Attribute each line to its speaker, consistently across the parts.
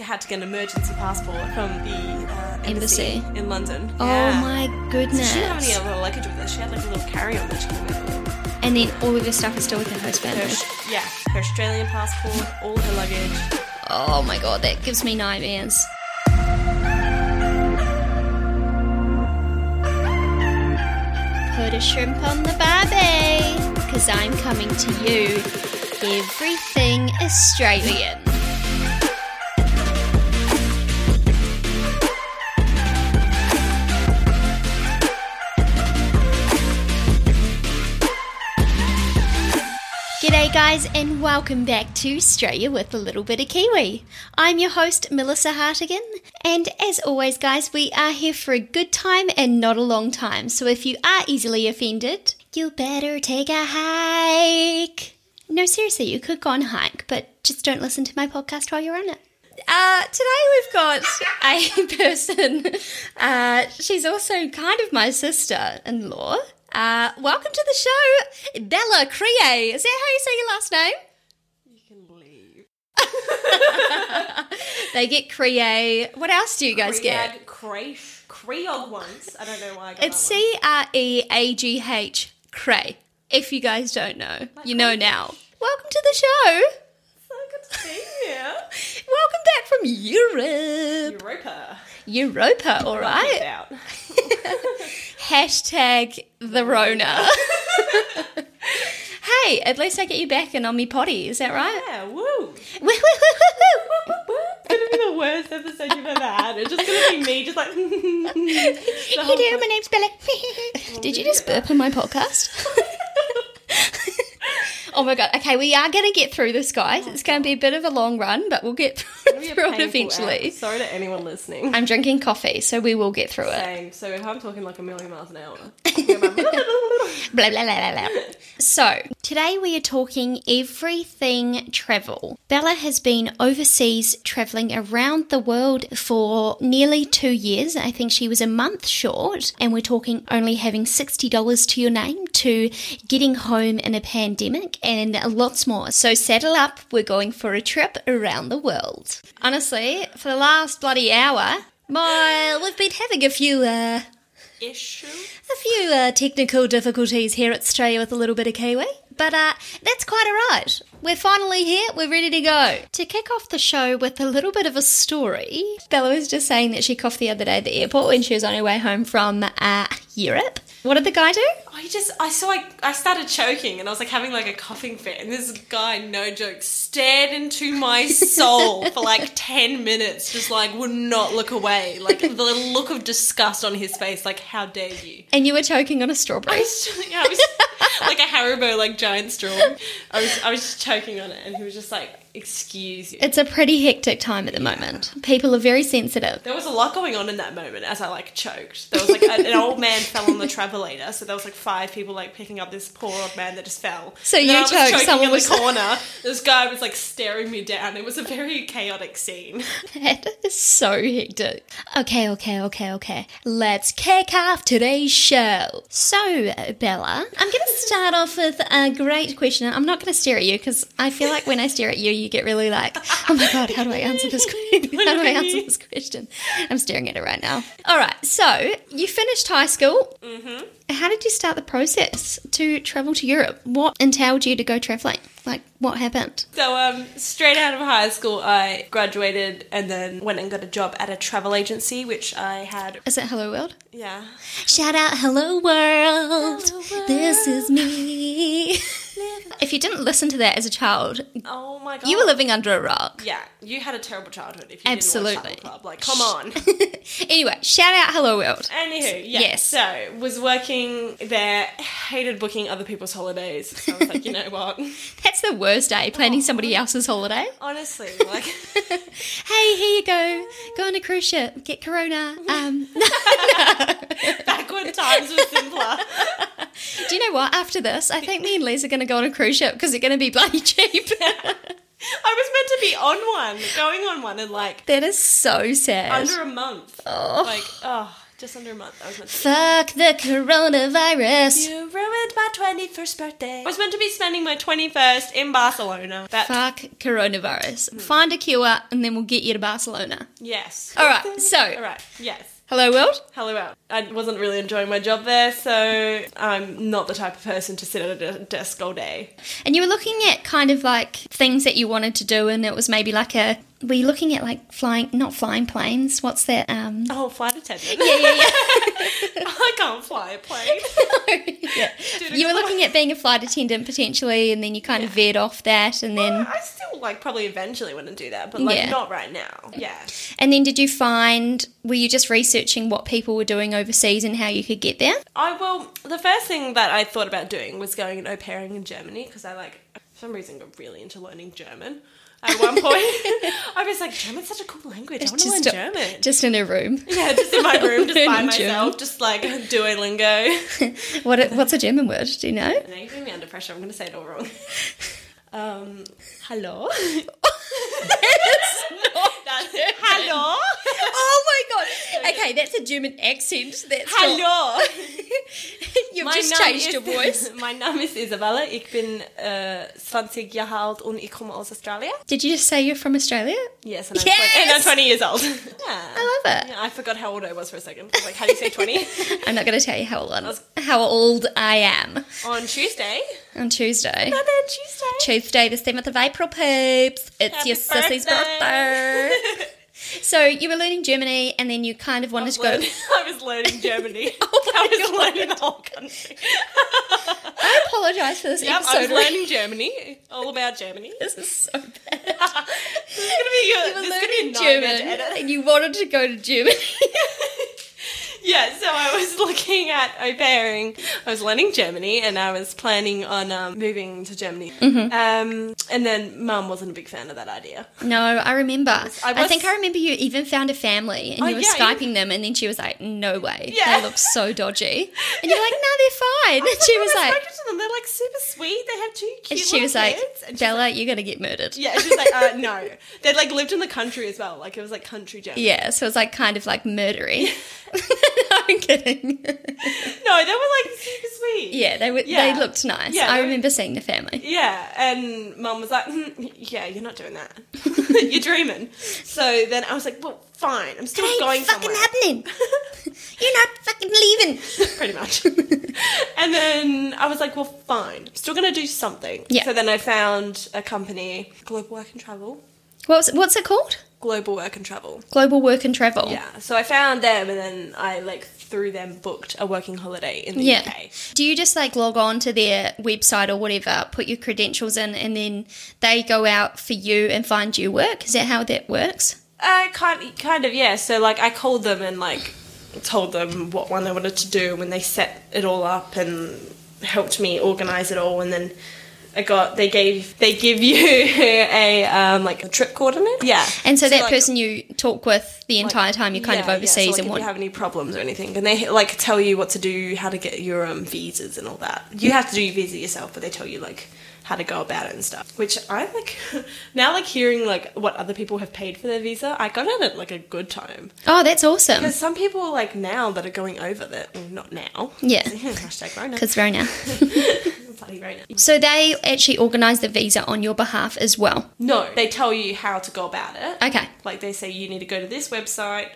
Speaker 1: had to get an emergency passport from the uh, embassy,
Speaker 2: Embassy.
Speaker 1: in London.
Speaker 2: Oh
Speaker 1: Yeah.
Speaker 2: my
Speaker 1: So
Speaker 2: goodness.
Speaker 1: she didn't have any other luggage with her. She had like a little carry-on that she came back with.
Speaker 2: and then all of her stuff is still with her host
Speaker 1: Her,
Speaker 2: family.
Speaker 1: sh- yeah, her Australian passport, all her luggage.
Speaker 2: Oh my god, that gives me nightmares. Put a shrimp on the barbie, because I'm coming to you. Everything Australian. G'day, guys, and welcome back to Australia with a little bit of Kiwi. I'm your host, Melissa Hartigan, and as always, guys, we are here for a good time and not a long time. So if you are easily offended, you better take a hike. No, seriously, you could go on a hike, but just don't listen to my podcast while you're on it. Uh, today we've got a person. Uh, she's also kind of my sister-in-law. Uh, welcome to the show, Bella Crie. Is that how you say your last name?
Speaker 1: You can leave.
Speaker 2: They get Crie. What else do you guys
Speaker 1: We
Speaker 2: get?
Speaker 1: had Creosh- Creog once. I don't know why I got
Speaker 2: It's
Speaker 1: that one.
Speaker 2: C R E A G H Cray. If you guys don't know, you know now. Welcome to the show.
Speaker 1: So good to be here.
Speaker 2: Welcome back from Europe.
Speaker 1: Europa.
Speaker 2: Europa, all right.
Speaker 1: Get out.
Speaker 2: Hashtag the Rona. hey, at least I get you back in on me potty. Is that right?
Speaker 1: Yeah, woo.
Speaker 2: Woo, woo, woo, woo, woo.
Speaker 1: It's gonna be the worst episode you've ever had. It's just gonna be me, just like. the
Speaker 2: Hey,
Speaker 1: whole
Speaker 2: dear, my name's Bella. Did you just burp in my podcast? oh my god. Okay, we are going to get through this, guys. It's going to be a bit of a long run, but we'll get
Speaker 1: It'll
Speaker 2: through
Speaker 1: be a
Speaker 2: it
Speaker 1: painful
Speaker 2: eventually.
Speaker 1: hour. Sorry to anyone listening.
Speaker 2: I'm drinking coffee, so we will get through it.
Speaker 1: Same. So if I'm talking like a million miles an hour, I
Speaker 2: Blah, blah, blah, blah, blah. So, today we are talking everything travel. Bella has been overseas traveling around the world for nearly two years. I think she was a month short, and we're talking only having $60 to your name to getting home in a pandemic and lots more. So, saddle up, we're going for a trip around the world. Honestly, for the last bloody hour, my, we've been having a few, uh,
Speaker 1: issue.
Speaker 2: a few uh, technical difficulties here at Australia with a little bit of Kiwi, but uh, that's quite all right. We're finally here, we're ready to go. To kick off the show with a little bit of a story, Bella was just saying that she coughed the other day at the airport when she was on her way home from uh, Europe. What did the guy do?
Speaker 1: I just I saw I, I started choking and I was like having like a coughing fit and this guy no joke stared into my soul for like 10 minutes just like would not look away like the look of disgust on his face like how dare you
Speaker 2: And you were choking on
Speaker 1: I
Speaker 2: a strawberry.
Speaker 1: was, just- yeah, I was like a Haribo like giant straw I was I was just choking on it and he was just like excuse you
Speaker 2: It's a pretty hectic time at the moment. People are very sensitive.
Speaker 1: there was a lot going on in that moment as I like choked. There was like a, an old man fell on the travelator, so there was like five people like picking up this poor old man that just fell.
Speaker 2: So
Speaker 1: And
Speaker 2: you
Speaker 1: I was
Speaker 2: choked,
Speaker 1: choking
Speaker 2: someone
Speaker 1: in the
Speaker 2: was-
Speaker 1: corner. This guy was like staring me down. It was a very chaotic scene.
Speaker 2: That is so hectic. Okay, okay, okay, okay. Let's kick off today's show. So, Bella, I'm going to start off with a great question. I'm not going to stare at you because I feel like when I stare at you, you get really like, oh my God, how do I answer this question? How do I answer this question? I'm staring at it right now. All right, so you finished high school. Mm-hmm. How did you start the process to travel to Europe? What entailed you to go traveling? Like, what happened?
Speaker 1: So um, straight out of high school, I graduated and then went and got a job at a travel agency, which I had.
Speaker 2: Is it Hello World?
Speaker 1: Yeah.
Speaker 2: Shout out, hello world.
Speaker 1: Hello
Speaker 2: This is me. if you didn't listen to that as a child,
Speaker 1: Oh my god.
Speaker 2: you were living under a rock.
Speaker 1: Yeah, you had a terrible childhood. If you Didn't
Speaker 2: Absolutely.
Speaker 1: watch Travel Club. Like, come on.
Speaker 2: Anyway, shout out, hello world.
Speaker 1: Anywho, yeah.
Speaker 2: Yes.
Speaker 1: So was working there, hated booking other people's holidays. So I was like, you know what?
Speaker 2: That's the worst day, planning somebody else's holiday.
Speaker 1: Honestly, like
Speaker 2: Hey, here you go. Go on a cruise ship, get corona. Um,
Speaker 1: back when times were simpler.
Speaker 2: do you know what? After this, I think me and Liz are going to go on a cruise ship because they're going to be bloody cheap.
Speaker 1: I was meant to be on one, going on one in like
Speaker 2: that is so sad.
Speaker 1: under a month.
Speaker 2: Oh.
Speaker 1: Like, oh Just under a month. I was meant to.
Speaker 2: Fuck the coronavirus.
Speaker 1: You ruined my 21st birthday. I was meant to be spending my 21st in Barcelona. That
Speaker 2: Fuck coronavirus. Find a cure and then we'll get you to Barcelona.
Speaker 1: yes.
Speaker 2: All right, so-
Speaker 1: all right. Yes.
Speaker 2: Hello, world.
Speaker 1: Hello out. I wasn't really enjoying my job there, so I'm not the type of person to sit at a de- desk all day.
Speaker 2: And you were looking at kind of like things that you wanted to do, and it was maybe like a. Were you looking at like flying, not flying planes? What's that? Um,
Speaker 1: Oh, flight attendant.
Speaker 2: yeah, yeah, yeah.
Speaker 1: I can't fly a plane.
Speaker 2: yeah. You were looking at being a flight attendant potentially, and then you kind of veered off that, and then
Speaker 1: I still like probably eventually want to do that, but like
Speaker 2: Yeah.
Speaker 1: not right now. Yeah.
Speaker 2: and then did you find? Were you just researching what people were doing overseas and how you could get there?
Speaker 1: I well, the first thing that I thought about doing was going and au pairing in Germany because I like for some reason got really into learning German. At one point, I was like, German's such a cool language. I want to learn German.
Speaker 2: just in a room.
Speaker 1: yeah, just in my room, just by
Speaker 2: Learning
Speaker 1: myself,
Speaker 2: German.
Speaker 1: just like Duolingo.
Speaker 2: What? What's a German word? Do you know?
Speaker 1: Now you're putting me under pressure. I'm going to say it all wrong. Um, hello. hello.
Speaker 2: oh my god! Okay, that's a German accent. That's not-
Speaker 1: Hello.
Speaker 2: You've just changed your voice.
Speaker 1: Mein Name ist Isabella. Ich bin äh, 20 Jahre alt und ich komme aus Australien.
Speaker 2: Did you just say you're from Australia?
Speaker 1: Yes, and I'm,
Speaker 2: Yes!
Speaker 1: 20, and I'm 20 years old. Yeah.
Speaker 2: I love it.
Speaker 1: Yeah, I forgot how old I was for a second. I was like, how do you say 20?
Speaker 2: I'm not going to tell you how old how old I am
Speaker 1: On Tuesday.
Speaker 2: on Tuesday.
Speaker 1: Another Tuesday.
Speaker 2: Tuesday, the seventh of April, peeps. It's
Speaker 1: Happy
Speaker 2: your sissy's
Speaker 1: birthday.
Speaker 2: birthday. so you were learning Germany, and then you kind of wanted to go.
Speaker 1: Learn- I was learning Germany.
Speaker 2: Oh
Speaker 1: I
Speaker 2: my
Speaker 1: was learning the whole country.
Speaker 2: I apologise for this
Speaker 1: Yep, I was
Speaker 2: episode.
Speaker 1: learning Germany. All about Germany.
Speaker 2: this is so bad.
Speaker 1: this is gonna be your,
Speaker 2: You were
Speaker 1: this is gonna be a
Speaker 2: learning
Speaker 1: nightmare
Speaker 2: German,
Speaker 1: to edit.
Speaker 2: and you wanted to go to Germany.
Speaker 1: Yeah, so I was looking at au pairing. I was learning Germany, and I was planning on um, moving to Germany.
Speaker 2: Mm-hmm.
Speaker 1: Um, and then Mum wasn't a big fan of that idea.
Speaker 2: no, I remember. I,
Speaker 1: was-
Speaker 2: think I remember you even found a family, and
Speaker 1: Oh,
Speaker 2: you were
Speaker 1: yeah,
Speaker 2: skyping them, and then she was like, "No way,
Speaker 1: Yeah.
Speaker 2: they look so dodgy," and you're like, "No, they're fine." And she was
Speaker 1: I've
Speaker 2: like,
Speaker 1: spoken to them. They're like super sweet. They have two
Speaker 2: And
Speaker 1: cute.
Speaker 2: she was
Speaker 1: little
Speaker 2: like,
Speaker 1: kids. And she's
Speaker 2: Bella,
Speaker 1: like-
Speaker 2: you're going to get murdered.
Speaker 1: yeah, she was like, uh, no. They like lived in the country as well. Like it was like country Germany.
Speaker 2: Yeah, so it's like kind of like murdery. I'm kidding.
Speaker 1: No, they were like super sweet.
Speaker 2: yeah, they were,
Speaker 1: Yeah.
Speaker 2: they looked nice.
Speaker 1: Yeah,
Speaker 2: I
Speaker 1: they-
Speaker 2: remember seeing the family.
Speaker 1: Yeah, and mum was like, "Mm, yeah, you're not doing that. you're dreaming. So then I was like, well, fine. I'm still going somewhere.
Speaker 2: happening. you're not fucking leaving.
Speaker 1: Pretty much. and then I was like, well, fine. I'm still going to do something.
Speaker 2: Yeah.
Speaker 1: So then I found a company, Global Work and Travel.
Speaker 2: What's what's it called?
Speaker 1: Global Work and Travel.
Speaker 2: Global work and travel.
Speaker 1: Yeah. So I found them and then I, like, through them booked a working holiday in the
Speaker 2: Yeah.
Speaker 1: UK.
Speaker 2: Do you just like log on to their website or whatever, put your credentials in, and then they go out for you and find you work? Is that how that works?
Speaker 1: Uh, kind kind of yeah. So like I called them and like told them what one I wanted to do, and they set it all up and helped me organize it all, and then. I got. They gave. They give you a um, like a trip coordinate. Yeah,
Speaker 2: And so, that
Speaker 1: like,
Speaker 2: person you talk with the
Speaker 1: like,
Speaker 2: entire time you're kind
Speaker 1: yeah,
Speaker 2: of overseas
Speaker 1: yeah. So, like,
Speaker 2: and
Speaker 1: if
Speaker 2: what
Speaker 1: you have any problems or anything, and they like tell you what to do, how to get your um, visas and all that. You have to do your visa yourself, but they tell you like how to go about it and stuff. Which I like now, like hearing like what other people have paid for their visa. I got it at like a good time.
Speaker 2: Oh, that's awesome.
Speaker 1: There's some people like now that are going over that. Well, not now.
Speaker 2: Yeah.
Speaker 1: Hashtag Rona.
Speaker 2: Because Rona.
Speaker 1: Bloody Rona.
Speaker 2: So they actually organise the visa on your behalf as well.
Speaker 1: No, they tell you how to go about it.
Speaker 2: Okay.
Speaker 1: Like they say, you need to go to this website,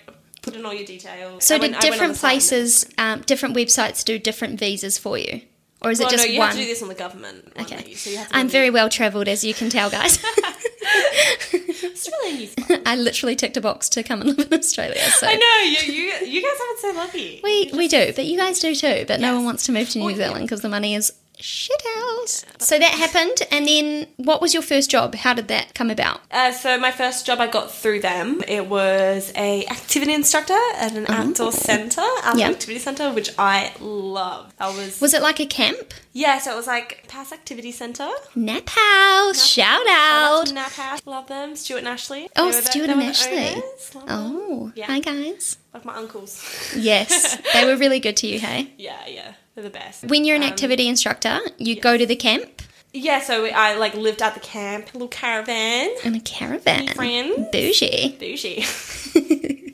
Speaker 1: put in all your details.
Speaker 2: So
Speaker 1: I
Speaker 2: do
Speaker 1: went- I went on
Speaker 2: different
Speaker 1: the site and-
Speaker 2: places, um, different websites do different visas for you? Or is
Speaker 1: Well,
Speaker 2: it just
Speaker 1: Oh, no, you
Speaker 2: one?
Speaker 1: have to do this on the government. One okay.
Speaker 2: okay.
Speaker 1: you, so you have to
Speaker 2: I'm
Speaker 1: go
Speaker 2: very well travelled, as you can tell, guys.
Speaker 1: to- It's really easy.
Speaker 2: I literally ticked a box to come and live in Australia. So.
Speaker 1: I know you. You you guys have it so lucky.
Speaker 2: We, we do, but you guys do too. But no
Speaker 1: Yes.
Speaker 2: one wants to move to New
Speaker 1: Well, yeah.
Speaker 2: Zealand because the money is shit out. So that happened, and then what was your first job? How did that come about?
Speaker 1: Uh, so my first job I got through them. It was a activity instructor at an outdoor centre, outdoor
Speaker 2: Mm-hmm. Yeah.
Speaker 1: activity centre, which I love. I was
Speaker 2: Was it like a camp?
Speaker 1: yeah. So it was like Pass Activity Centre.
Speaker 2: Nap House,
Speaker 1: Shout
Speaker 2: shout
Speaker 1: out
Speaker 2: out.
Speaker 1: to Nap House. Love them. Stuart and Ashley.
Speaker 2: Oh,
Speaker 1: They were the-
Speaker 2: Stuart
Speaker 1: they
Speaker 2: and
Speaker 1: were the
Speaker 2: Ashley.
Speaker 1: owners. Love them.
Speaker 2: Oh,
Speaker 1: Yeah.
Speaker 2: hi guys.
Speaker 1: Like my uncles.
Speaker 2: Yes, they were really good to you, hey?
Speaker 1: yeah, yeah. They're the best.
Speaker 2: When you're an
Speaker 1: Um,
Speaker 2: activity instructor, you go to the camp
Speaker 1: Yeah, so I like lived at the camp, little caravan.
Speaker 2: in a caravan.
Speaker 1: Friends.
Speaker 2: Bougie.
Speaker 1: Bougie.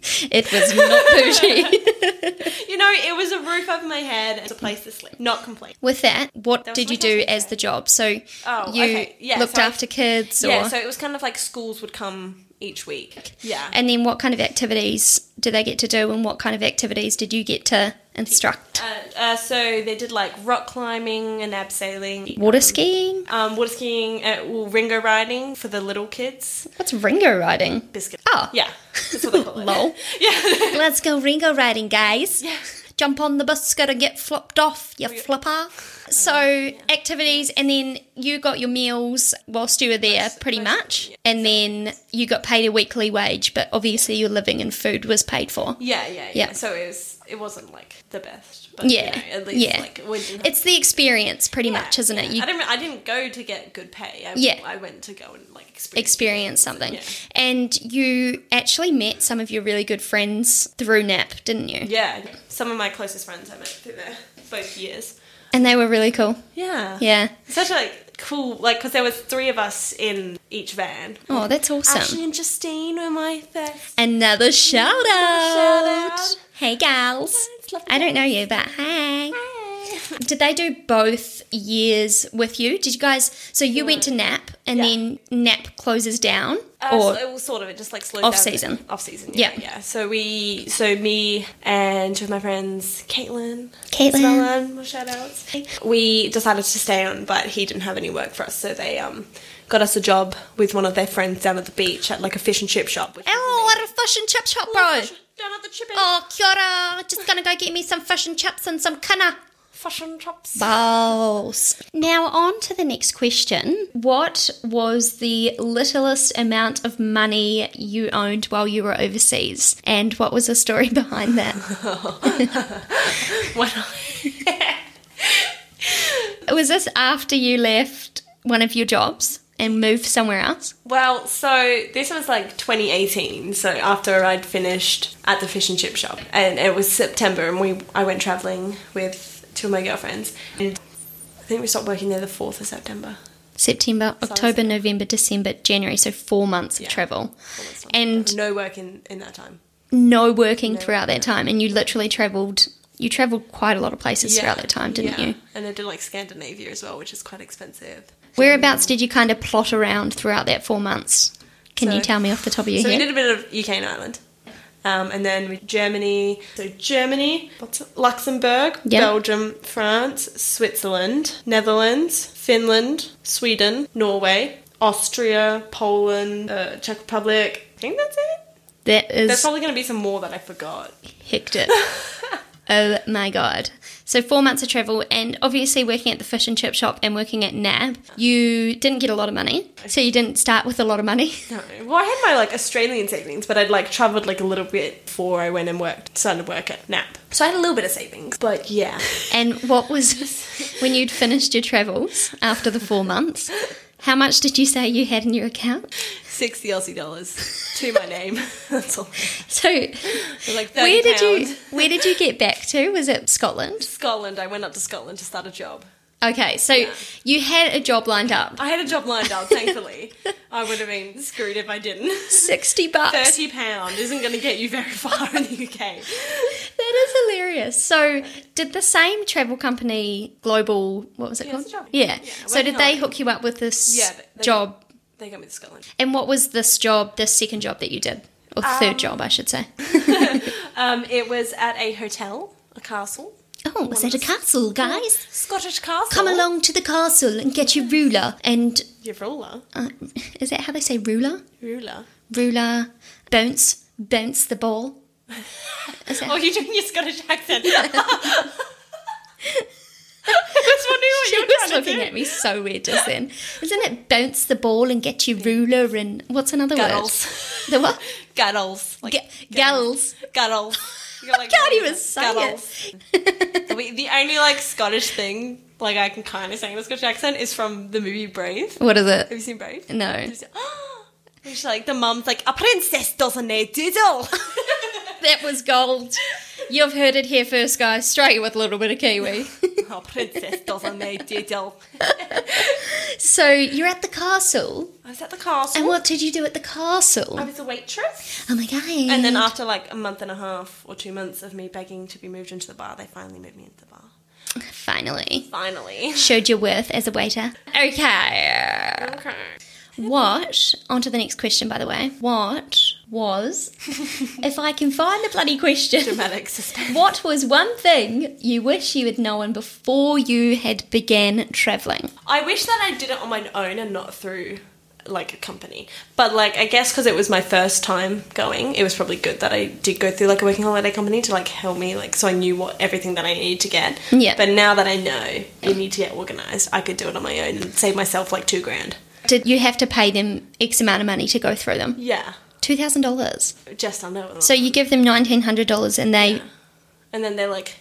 Speaker 2: It was not bougie.
Speaker 1: You know, it was a roof over my head and a place to sleep. Not complete.
Speaker 2: With that, what
Speaker 1: was
Speaker 2: did you
Speaker 1: my question
Speaker 2: do as the job? So
Speaker 1: Oh,
Speaker 2: you
Speaker 1: okay. Yeah,
Speaker 2: looked
Speaker 1: so I-
Speaker 2: after kids, or
Speaker 1: Yeah, so it was kind of like schools would come each week. Yeah.
Speaker 2: and then what kind of activities do they get to do, and what kind of activities did you get to instruct?
Speaker 1: Uh, uh, so they did like rock climbing and abseiling,
Speaker 2: Water skiing?
Speaker 1: um, water skiing, uh, well, ringo riding for the little kids.
Speaker 2: What's Ringo riding?
Speaker 1: Biscuit.
Speaker 2: Oh.
Speaker 1: Yeah. That's what they call it.
Speaker 2: Lol.
Speaker 1: Yeah.
Speaker 2: Let's go Ringo riding, guys.
Speaker 1: Yeah. Oh,
Speaker 2: Jump on the bus, gotta get flopped off, you flipper. So activities, and then you got your meals whilst you were there, pretty much, and then you got paid a weekly wage. But obviously, your living and food was paid for.
Speaker 1: Yeah, yeah, yeah.
Speaker 2: Yeah.
Speaker 1: So it was it wasn't like the best, but
Speaker 2: Yeah,
Speaker 1: yeah, you know, at least
Speaker 2: yeah.
Speaker 1: like we didn't have-
Speaker 2: It's the experience, pretty much, isn't it? You
Speaker 1: I didn't I didn't go to get good pay. I,
Speaker 2: Yeah.
Speaker 1: I went to go and like experience.
Speaker 2: experience something,
Speaker 1: Yeah.
Speaker 2: and you actually met some of your really good friends through NAP, didn't you?
Speaker 1: yeah, some of my closest friends I met through there both years.
Speaker 2: And they were really cool.
Speaker 1: Yeah,
Speaker 2: Yeah.
Speaker 1: Such a like, cool like because there was three of us in each van.
Speaker 2: Oh, that's awesome.
Speaker 1: Ashley and Justine were my first.
Speaker 2: Another shout out.
Speaker 1: shout out.
Speaker 2: Hey, gals.
Speaker 1: It's lovely.
Speaker 2: I don't know you, but hey. Did they do both years with you? Did you guys? So you went to NAP and
Speaker 1: Yeah.
Speaker 2: then NAP closes down?
Speaker 1: Uh,
Speaker 2: or
Speaker 1: so it was sort of it just like slowed
Speaker 2: Off
Speaker 1: down a bit.
Speaker 2: season.
Speaker 1: Off season, yeah,
Speaker 2: Yeah.
Speaker 1: yeah. So we, so me and two of my friends, Caitlin,
Speaker 2: Caitlin.
Speaker 1: Isabella, more shout outs. We decided to stay on, but he didn't have any work for us, so they um got us a job with one of their friends down at the beach at like a fish and chip shop. Which was
Speaker 2: Oh, what a fish and chip shop,
Speaker 1: amazing.
Speaker 2: bro.
Speaker 1: Down at the chip oh.
Speaker 2: Oh, kia ora. Just gonna go get me some fish and chips and some kana.
Speaker 1: fish and chops.
Speaker 2: Balls. Now, on to the next question. What was the littlest amount of money you owned while you were overseas? And what was the story behind that?
Speaker 1: When I-
Speaker 2: was this after you left one of your jobs and moved somewhere else?
Speaker 1: well, so this was like 2018, so after I'd finished at the fish and chip shop, and it was September, and we I went traveling with two of my girlfriends, and I think we stopped working there the 4th of September.
Speaker 2: September, October, November, December, January. So four months of
Speaker 1: Yeah.
Speaker 2: travel.
Speaker 1: months of
Speaker 2: And
Speaker 1: No work in, in that time.
Speaker 2: no working throughout that time. And you literally traveled, you traveled quite a lot of places
Speaker 1: Yeah,
Speaker 2: throughout that time, didn't
Speaker 1: yeah.
Speaker 2: you?
Speaker 1: And I did like Scandinavia as well, which is quite expensive.
Speaker 2: Whereabouts did you kind of plot around throughout that four months? Can you
Speaker 1: So-
Speaker 2: tell me off the top of your
Speaker 1: So we
Speaker 2: head?
Speaker 1: did a bit of UK and Ireland. Um, and then with Germany, so Germany, what's it? Luxembourg,
Speaker 2: Yeah.
Speaker 1: Belgium, France, Switzerland, Netherlands, Finland, Sweden, Norway, Austria, Poland, uh, Czech Republic. I think that's it.
Speaker 2: that
Speaker 1: There's
Speaker 2: is
Speaker 1: probably going to be some more that I forgot.
Speaker 2: hectic. oh my god. So four months of travel and obviously working at the fish and chip shop and working at NAB, you didn't get a lot of money. So you didn't start with a lot of money.
Speaker 1: No. Well, I had my like Australian savings, but I'd like travelled like a little bit before I went and worked, started work at NAP. So I had a little bit of savings, but yeah.
Speaker 2: And what was when you'd finished your travels after the four months? How much did you say you had in your account?
Speaker 1: 60 Aussie dollars to my name. That's all.
Speaker 2: So
Speaker 1: Like
Speaker 2: where did you
Speaker 1: pounds.
Speaker 2: where did you get back to? Was it Scotland?
Speaker 1: Scotland. I went up to Scotland to start a job.
Speaker 2: Okay, so you had a job lined up.
Speaker 1: I had a job lined up, thankfully. I would have been screwed if I didn't.
Speaker 2: 60 bucks.
Speaker 1: Thirty pound isn't going to get you very far in the UK.
Speaker 2: That is hilarious. So, did the same travel company, Global, what was it
Speaker 1: Yeah,
Speaker 2: called?
Speaker 1: it's a job.
Speaker 2: Yeah.
Speaker 1: Yeah,
Speaker 2: So, did
Speaker 1: working
Speaker 2: they
Speaker 1: holiday.
Speaker 2: hook you up with this
Speaker 1: Yeah, they- they-
Speaker 2: job?
Speaker 1: They got me to Scotland.
Speaker 2: And what was this job, this second job that you did? Or third job, I should say.
Speaker 1: Um, it was at a hotel, a castle,
Speaker 2: Oh, was that a castle, guys?
Speaker 1: Scottish castle.
Speaker 2: Come along to the castle and get your ruler. And
Speaker 1: your ruler,
Speaker 2: uh, is that how they say ruler?
Speaker 1: ruler.
Speaker 2: Ruler, bounce, bounce the ball. Is that
Speaker 1: Oh, you're doing your Scottish accent. I was wondering what
Speaker 2: She
Speaker 1: you were
Speaker 2: was
Speaker 1: trying to
Speaker 2: looking
Speaker 1: do.
Speaker 2: at me so weird just then. Isn't it bounce the ball and get your ruler and what's another
Speaker 1: Guttles.
Speaker 2: word? The what?
Speaker 1: Guttles, like
Speaker 2: G- gals.
Speaker 1: guttles. You got,
Speaker 2: I can't even say
Speaker 1: guttles.
Speaker 2: it.
Speaker 1: We, the only like Scottish thing like I can kind of say in a Scottish accent is from the movie Brave.
Speaker 2: what is
Speaker 1: Have
Speaker 2: it?
Speaker 1: you seen Brave?
Speaker 2: No.
Speaker 1: She's like the mum's like a princess doesn't need diddle.
Speaker 2: That was gold. You've heard it here first, guys. Straight with a little bit of Kiwi.
Speaker 1: a princess doesn't need diddle.
Speaker 2: So you're at the castle,
Speaker 1: I was at the castle.
Speaker 2: and what did you do at the castle?
Speaker 1: I was a waitress.
Speaker 2: oh my god!
Speaker 1: And then after like a month and a half or two months of me begging to be moved into the bar, they finally moved me into the bar.
Speaker 2: finally
Speaker 1: Finally.
Speaker 2: showed your worth as a waiter. Okay.
Speaker 1: Okay.
Speaker 2: What? On to the next question, by the way. What was? if I can find the bloody question.
Speaker 1: Dramatic suspense.
Speaker 2: What was one thing you wish you had known before you had began traveling?
Speaker 1: I wish that I did it on my own and not through like a company. But like I guess because it was my first time going, it was probably good that I did go through like a working holiday company to like help me like so I knew what everything that I needed to get.
Speaker 2: Yeah.
Speaker 1: But now that I know you need to get organized, I could do it on my own and save myself like two grand.
Speaker 2: Did you have to pay them X amount of money to go through them?
Speaker 1: Yeah.
Speaker 2: Two thousand dollars.
Speaker 1: Just under.
Speaker 2: So you give them nineteen hundred dollars, and they
Speaker 1: and then they like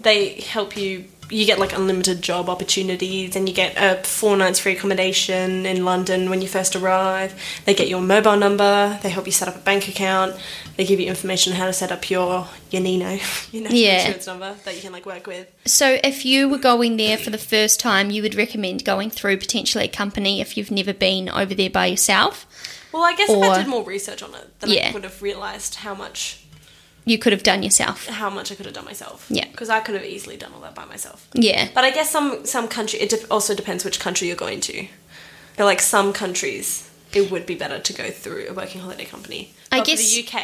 Speaker 1: they help you you get like unlimited job opportunities and you get a four nights free accommodation in london when you first arrive they get your mobile number they help you set up a bank account they give you information on how to set up your your nino you know
Speaker 2: Yeah.
Speaker 1: insurance number that you can like work with
Speaker 2: So, if you were going there for the first time, you would recommend going through potentially a company if you've never been over there by yourself.
Speaker 1: well i guess if
Speaker 2: Or-
Speaker 1: i did more research on it then
Speaker 2: Yeah.
Speaker 1: i would have realized how much
Speaker 2: You could have done yourself.
Speaker 1: how much i could have done myself
Speaker 2: Yeah.
Speaker 1: because i could have easily done all that by myself
Speaker 2: Yeah.
Speaker 1: But I guess some some country it de- also depends which country you're going to. But like some countries, it would be better to go through a working holiday company.
Speaker 2: I
Speaker 1: But for
Speaker 2: guess-
Speaker 1: the UK.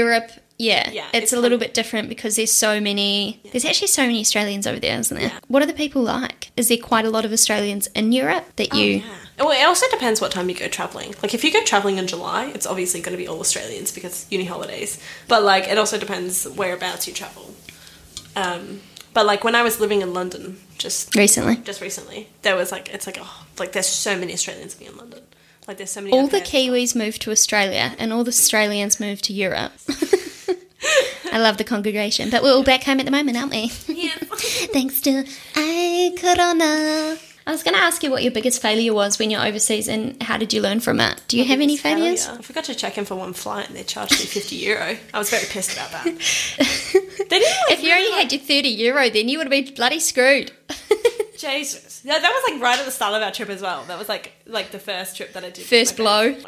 Speaker 2: Europe, yeah,
Speaker 1: Yeah,
Speaker 2: it's,
Speaker 1: it's
Speaker 2: a little
Speaker 1: kind
Speaker 2: bit different because there's so many. There's actually so many Australians over there, isn't there?
Speaker 1: Yeah.
Speaker 2: What are the people like? Is there quite a lot of Australians in Europe that you?
Speaker 1: Yeah. Well, it also depends what time you go traveling. Like if you go traveling in July, it's obviously going to be all Australians because uni holidays. But like it also depends whereabouts you travel. Um, but like when I was living in London, just
Speaker 2: Recently,
Speaker 1: just recently, there was like it's like oh like there's so many Australians being in London. Like there's so many.
Speaker 2: all
Speaker 1: au
Speaker 2: the
Speaker 1: pairs.
Speaker 2: Kiwis moved to Australia, and all the Australians moved to Europe. I love the congregation, but we're all back home at the moment, aren't we?
Speaker 1: Yeah.
Speaker 2: Thanks to I Corona. I was going to ask you what your biggest failure was when you're overseas and how did you learn from it? Do you have any
Speaker 1: Hell
Speaker 2: failures?
Speaker 1: yeah. I forgot to check in for one flight and they charged me 50 euro. I was very pissed about that. They didn't like,
Speaker 2: If you only had your 30 euro, then you would have been bloody screwed.
Speaker 1: Jesus. Yeah, that was like right at the start of our trip as well. That was like like the first trip that I did. with
Speaker 2: First
Speaker 1: my parents.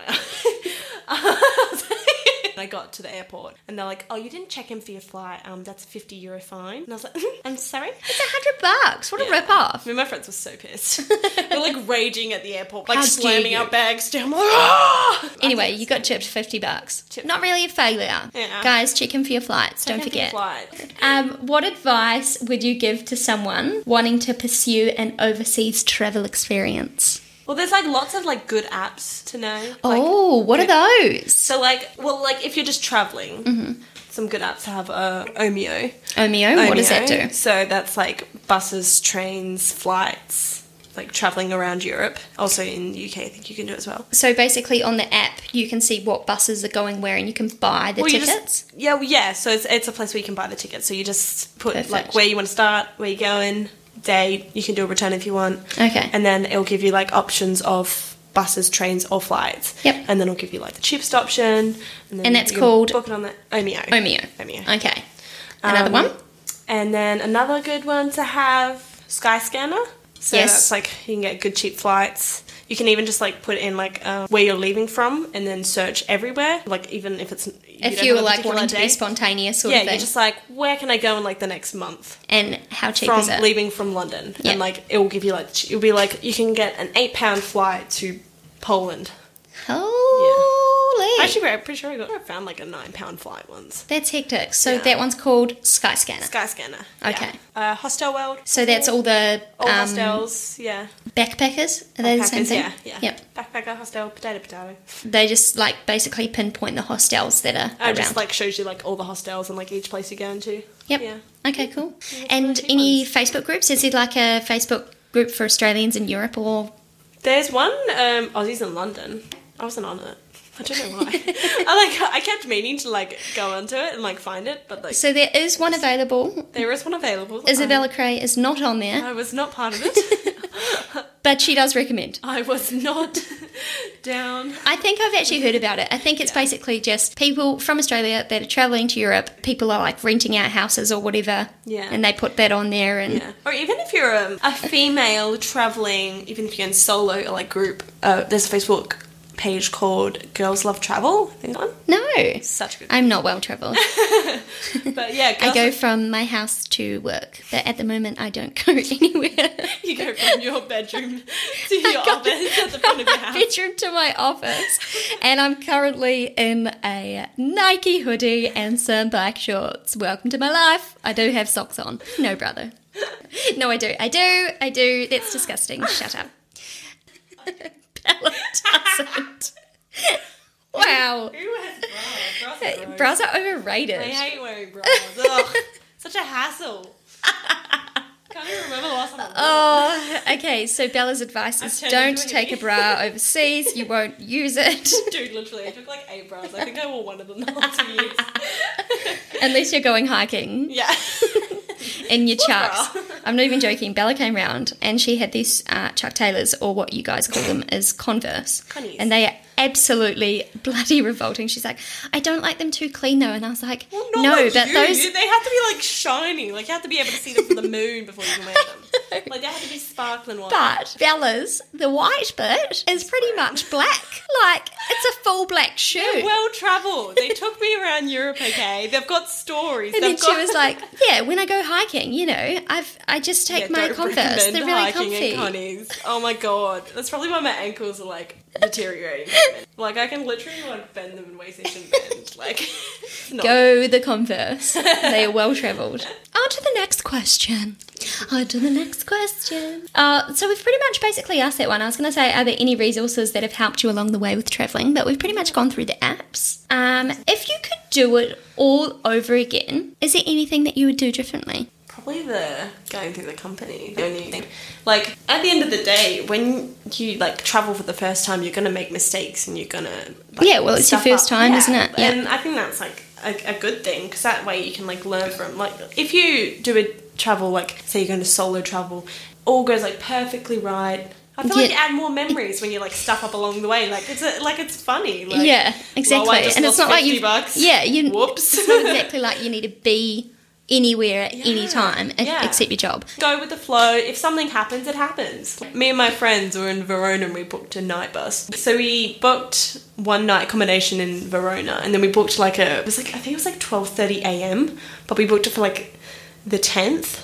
Speaker 1: and I got to the airport and they're like, oh, you didn't check in for your flight. Um, That's a 50 euro fine. And I was like, I'm sorry.
Speaker 2: it's a 100 bucks. What a
Speaker 1: Yeah.
Speaker 2: rip off.
Speaker 1: I mean, my friends were so pissed. they were like raging at the airport, like
Speaker 2: How dare
Speaker 1: slamming
Speaker 2: you.
Speaker 1: our bags down. Like, "Ah!"
Speaker 2: Anyway, you got chipped 50 bucks.
Speaker 1: Chipped.
Speaker 2: Not really a failure.
Speaker 1: Yeah.
Speaker 2: Guys, check in for your flights.
Speaker 1: Check in
Speaker 2: Don't
Speaker 1: for your
Speaker 2: forget.
Speaker 1: flight.
Speaker 2: Um, what advice would you give to someone wanting to pursue an overseas travel experience?
Speaker 1: Well, there's like lots of like good apps to know. Like,
Speaker 2: oh, what are those?
Speaker 1: So like, well, like if you're just traveling, some good apps have uh, Omeo.
Speaker 2: Omeo, Mm-hmm. what does that do?
Speaker 1: So that's like buses, trains, flights, like traveling around Europe. Also in the UK, I think you can do it as well.
Speaker 2: So basically, on the app, you can see what buses are going where, and you can buy the
Speaker 1: Well, you
Speaker 2: tickets.
Speaker 1: just- yeah, well, yeah. So it's, it's a place where you can buy the tickets. So you just put
Speaker 2: Perfect.
Speaker 1: like where you want to start, where you're going, day. You can do a return if you want.
Speaker 2: Okay.
Speaker 1: And then it'll give you like options of buses, trains, or flights.
Speaker 2: Yep.
Speaker 1: And then it'll give you like the cheapest option. And, then
Speaker 2: And that's
Speaker 1: you can
Speaker 2: called-
Speaker 1: book it on the Omeo.
Speaker 2: Omeo.
Speaker 1: Omeo.
Speaker 2: Okay. Another
Speaker 1: Um,
Speaker 2: one.
Speaker 1: And then another good one to have Skyscanner. So
Speaker 2: Yes.
Speaker 1: that's like you can get good cheap flights. You can even just like put in like um, where you're leaving from and then search everywhere. Like even if it's you
Speaker 2: If
Speaker 1: don't
Speaker 2: you
Speaker 1: have
Speaker 2: were
Speaker 1: a
Speaker 2: like
Speaker 1: particular
Speaker 2: wanting to be
Speaker 1: day.
Speaker 2: spontaneous, sort
Speaker 1: yeah,
Speaker 2: of thing,
Speaker 1: you're just like where can I go in like the next month
Speaker 2: and how cheap
Speaker 1: from
Speaker 2: is it?
Speaker 1: leaving from London
Speaker 2: Yeah.
Speaker 1: and like it will give you like it'll be like you can get an eight pound flight to Poland.
Speaker 2: Holy,
Speaker 1: Actually, I'm pretty sure I got I found like a nine pound flight once.
Speaker 2: that's hectic. So
Speaker 1: Yeah.
Speaker 2: that one's called Skyscanner.
Speaker 1: Skyscanner.
Speaker 2: Okay.
Speaker 1: Yeah. Uh, Hostel World.
Speaker 2: so that's all the
Speaker 1: All
Speaker 2: um,
Speaker 1: hostels. Yeah.
Speaker 2: backpackers. Are they the same
Speaker 1: Backpackers,
Speaker 2: thing?
Speaker 1: Yeah, yeah.
Speaker 2: Yep.
Speaker 1: Backpacker, hostel, potato, potato.
Speaker 2: They just like basically pinpoint the hostels that are
Speaker 1: I
Speaker 2: around.
Speaker 1: Oh, just like shows you like all the hostels and like each place you're going to.
Speaker 2: Yep.
Speaker 1: Yeah.
Speaker 2: Okay, cool.
Speaker 1: Yeah,
Speaker 2: and
Speaker 1: cheap
Speaker 2: any Facebook groups? Is there like a Facebook group for Australians in Europe or
Speaker 1: There's one um, Aussies in London. I wasn't on it. I don't know why. I like I kept meaning to like go onto it and like find it, but like
Speaker 2: So there is one available.
Speaker 1: there is one available. Um,
Speaker 2: Isabella Cray is not on
Speaker 1: I,
Speaker 2: there,
Speaker 1: I was not part of it.
Speaker 2: but she does recommend.
Speaker 1: I was not. down.
Speaker 2: I think I've actually heard about it. I think it's basically just people from Australia that are traveling to Europe. People are like renting out houses or whatever.
Speaker 1: Yeah.
Speaker 2: And they put that on there and
Speaker 1: Yeah. Or even if you're um, a female traveling, even if you're in solo or like group, uh, there's a Facebook page called Girls Love Travel. I think on
Speaker 2: no.
Speaker 1: such a good.
Speaker 2: I'm not well traveled.
Speaker 1: But yeah, girls
Speaker 2: I go from my house to work, but at the moment I don't go anywhere.
Speaker 1: You go from your bedroom to your
Speaker 2: go-
Speaker 1: office at the front of your
Speaker 2: My
Speaker 1: house.
Speaker 2: bedroom to my office, and I'm currently in a Nike hoodie and some black shorts. Welcome to my life. I do have socks on. No, brother. No, I do. I do. I do. That's disgusting. Shut up. Bella doesn't. Wow.
Speaker 1: Who has bras? Bras are gross.
Speaker 2: Bras are overrated.
Speaker 1: I hate wearing bras. Ugh, such a hassle. Can't even remember the last time. I
Speaker 2: Oh, okay. So Bella's advice is
Speaker 1: turned
Speaker 2: don't
Speaker 1: into a
Speaker 2: take a
Speaker 1: hippie.
Speaker 2: bra overseas. You won't use it
Speaker 1: Dude, literally, I took like eight bras. I think I wore one of them the whole two years.
Speaker 2: unless you're going hiking
Speaker 1: Yeah.
Speaker 2: in your
Speaker 1: bra?
Speaker 2: chucks. I'm not even joking. Bella came round and she had these uh, Chuck Taylors, or what you guys call them, is Converse,
Speaker 1: Connies.
Speaker 2: and they are absolutely bloody revolting. She's like, I don't like them too clean though, and I was like,
Speaker 1: Well, not
Speaker 2: No,
Speaker 1: like
Speaker 2: but
Speaker 1: you.
Speaker 2: those
Speaker 1: They have to be like shiny. Like, you have to be able to see them from the moon before you can wear them. Like, they have to be sparkling ones.
Speaker 2: But Bella's, the white bit, is pretty much black. Like, it's a full black shoe.
Speaker 1: well traveled. They took me around Europe, okay? They've got stories.
Speaker 2: and
Speaker 1: They've
Speaker 2: then she
Speaker 1: got-
Speaker 2: was like, "Yeah, when I go hiking, you know, I've I just take
Speaker 1: Yeah,
Speaker 2: my
Speaker 1: don't
Speaker 2: Converse.
Speaker 1: recommend
Speaker 2: They're really
Speaker 1: hiking in
Speaker 2: comfy."
Speaker 1: Connies. Oh my god, that's probably why my ankles are like deteriorating. at the moment. like I can literally like bend them in waist each and bend. Like, it's not-
Speaker 2: Go the Converse. they are well travelled. On to the next question. On to the next question. Uh, so we've pretty much basically asked that one. I was going to say, are there any resources that have helped you along the way with travelling? But we've pretty much gone through the apps. Um, if you could do it all over again, is there anything that you would do differently?
Speaker 1: probably the going through the company. The only thing, like at the end of the day, when you like travel for the first time, you're gonna make mistakes and you're gonna like,
Speaker 2: Yeah, well, it's your
Speaker 1: stuff
Speaker 2: first time,
Speaker 1: Yeah.
Speaker 2: isn't it? Yeah.
Speaker 1: and I think that's like a, a good thing because that way you can like learn from like if you do a travel like say you're going to solo travel, all goes like perfectly right. I feel like
Speaker 2: Yeah.
Speaker 1: you add more memories when you like stuff up along the way. Like it's a, like it's funny. Like,
Speaker 2: yeah, exactly.
Speaker 1: Well, I just
Speaker 2: and
Speaker 1: lost
Speaker 2: it's not like
Speaker 1: 50
Speaker 2: you.
Speaker 1: bucks.
Speaker 2: Yeah, you.
Speaker 1: Whoops.
Speaker 2: It's not exactly like you need to be anywhere at any
Speaker 1: Yeah,
Speaker 2: time e-
Speaker 1: yeah.
Speaker 2: except your job.
Speaker 1: go with the flow. If something happens, it happens. Me and my friends were in Verona and we booked a night bus. So we booked one night accommodation in Verona and then we booked like a it was like I think it was like 12:30 a.m., but we booked it for like the 10th.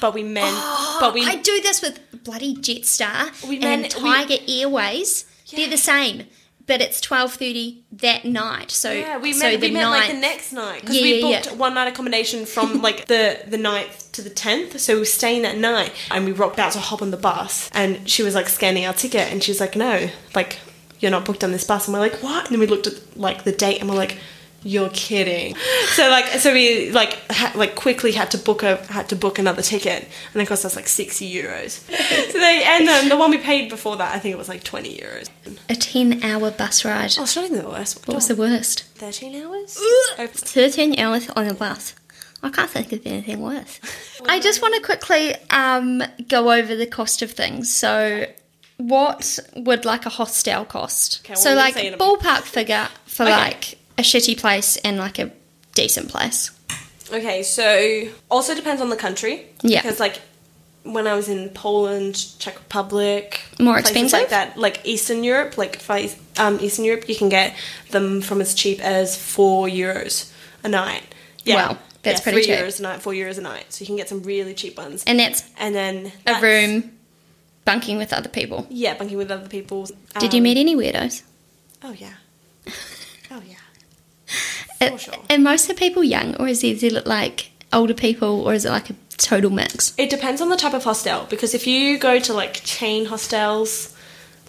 Speaker 1: But we meant but we
Speaker 2: I do this with bloody Jetstar
Speaker 1: We
Speaker 2: and
Speaker 1: meant- we-
Speaker 2: Tiger Airways. They're
Speaker 1: Yeah.
Speaker 2: the same, but it's twelve thirty that night. So
Speaker 1: yeah, we
Speaker 2: so
Speaker 1: meant,
Speaker 2: the
Speaker 1: we meant like the
Speaker 2: ninth-
Speaker 1: next night because
Speaker 2: Yeah,
Speaker 1: we
Speaker 2: yeah, yeah.
Speaker 1: booked one night accommodation from like the the 9th to the tenth. So we were staying that night, and we were about to hop on the bus, and she was like scanning our ticket, and she was like, "No, like you're not booked on this bus," and we're like, "What?" And then we looked at like the date, and we're like. You're kidding. So like, so we like, ha- like quickly had to book a had to book another ticket, and it cost us like sixty euros. So they and um, the one we paid before that, I think it was like twenty euros.
Speaker 2: a ten hour bus ride.
Speaker 1: Oh, it's not even the worst.
Speaker 2: what
Speaker 1: What
Speaker 2: was the worst?
Speaker 1: Thirteen hours.
Speaker 2: Ugh.
Speaker 1: Oh,
Speaker 2: Thirteen hours on a bus. I can't think of anything worse. I just want to quickly um, go over the cost of things. So, what would like a hostel cost?
Speaker 1: Okay, well,
Speaker 2: so,
Speaker 1: we'll
Speaker 2: like
Speaker 1: say in a-
Speaker 2: ballpark figure for
Speaker 1: Okay.
Speaker 2: like a shitty place and like a decent place.
Speaker 1: Okay, so also depends on the country.
Speaker 2: Yeah.
Speaker 1: Because like when I was in Poland, Czech Republic,
Speaker 2: More
Speaker 1: places
Speaker 2: expensive?
Speaker 1: like that, like Eastern Europe, like if I- um, Eastern Europe, you can get them from as cheap as four euros a night.
Speaker 2: Wow, that's pretty
Speaker 1: three
Speaker 2: cheap.
Speaker 1: euros a night, four euros a night. So you can get some really cheap ones, and,
Speaker 2: And that's
Speaker 1: then
Speaker 2: a
Speaker 1: that's-
Speaker 2: room bunking with other people.
Speaker 1: Yeah, bunking with other people.
Speaker 2: Did you
Speaker 1: Um,
Speaker 2: meet any weirdos?
Speaker 1: Oh yeah. Oh yeah.
Speaker 2: Uh,
Speaker 1: For sure.
Speaker 2: And most of the people young, or is it, is it like older people, or is it like a total mix?
Speaker 1: It depends on the type of hostel because if you go to like chain hostels,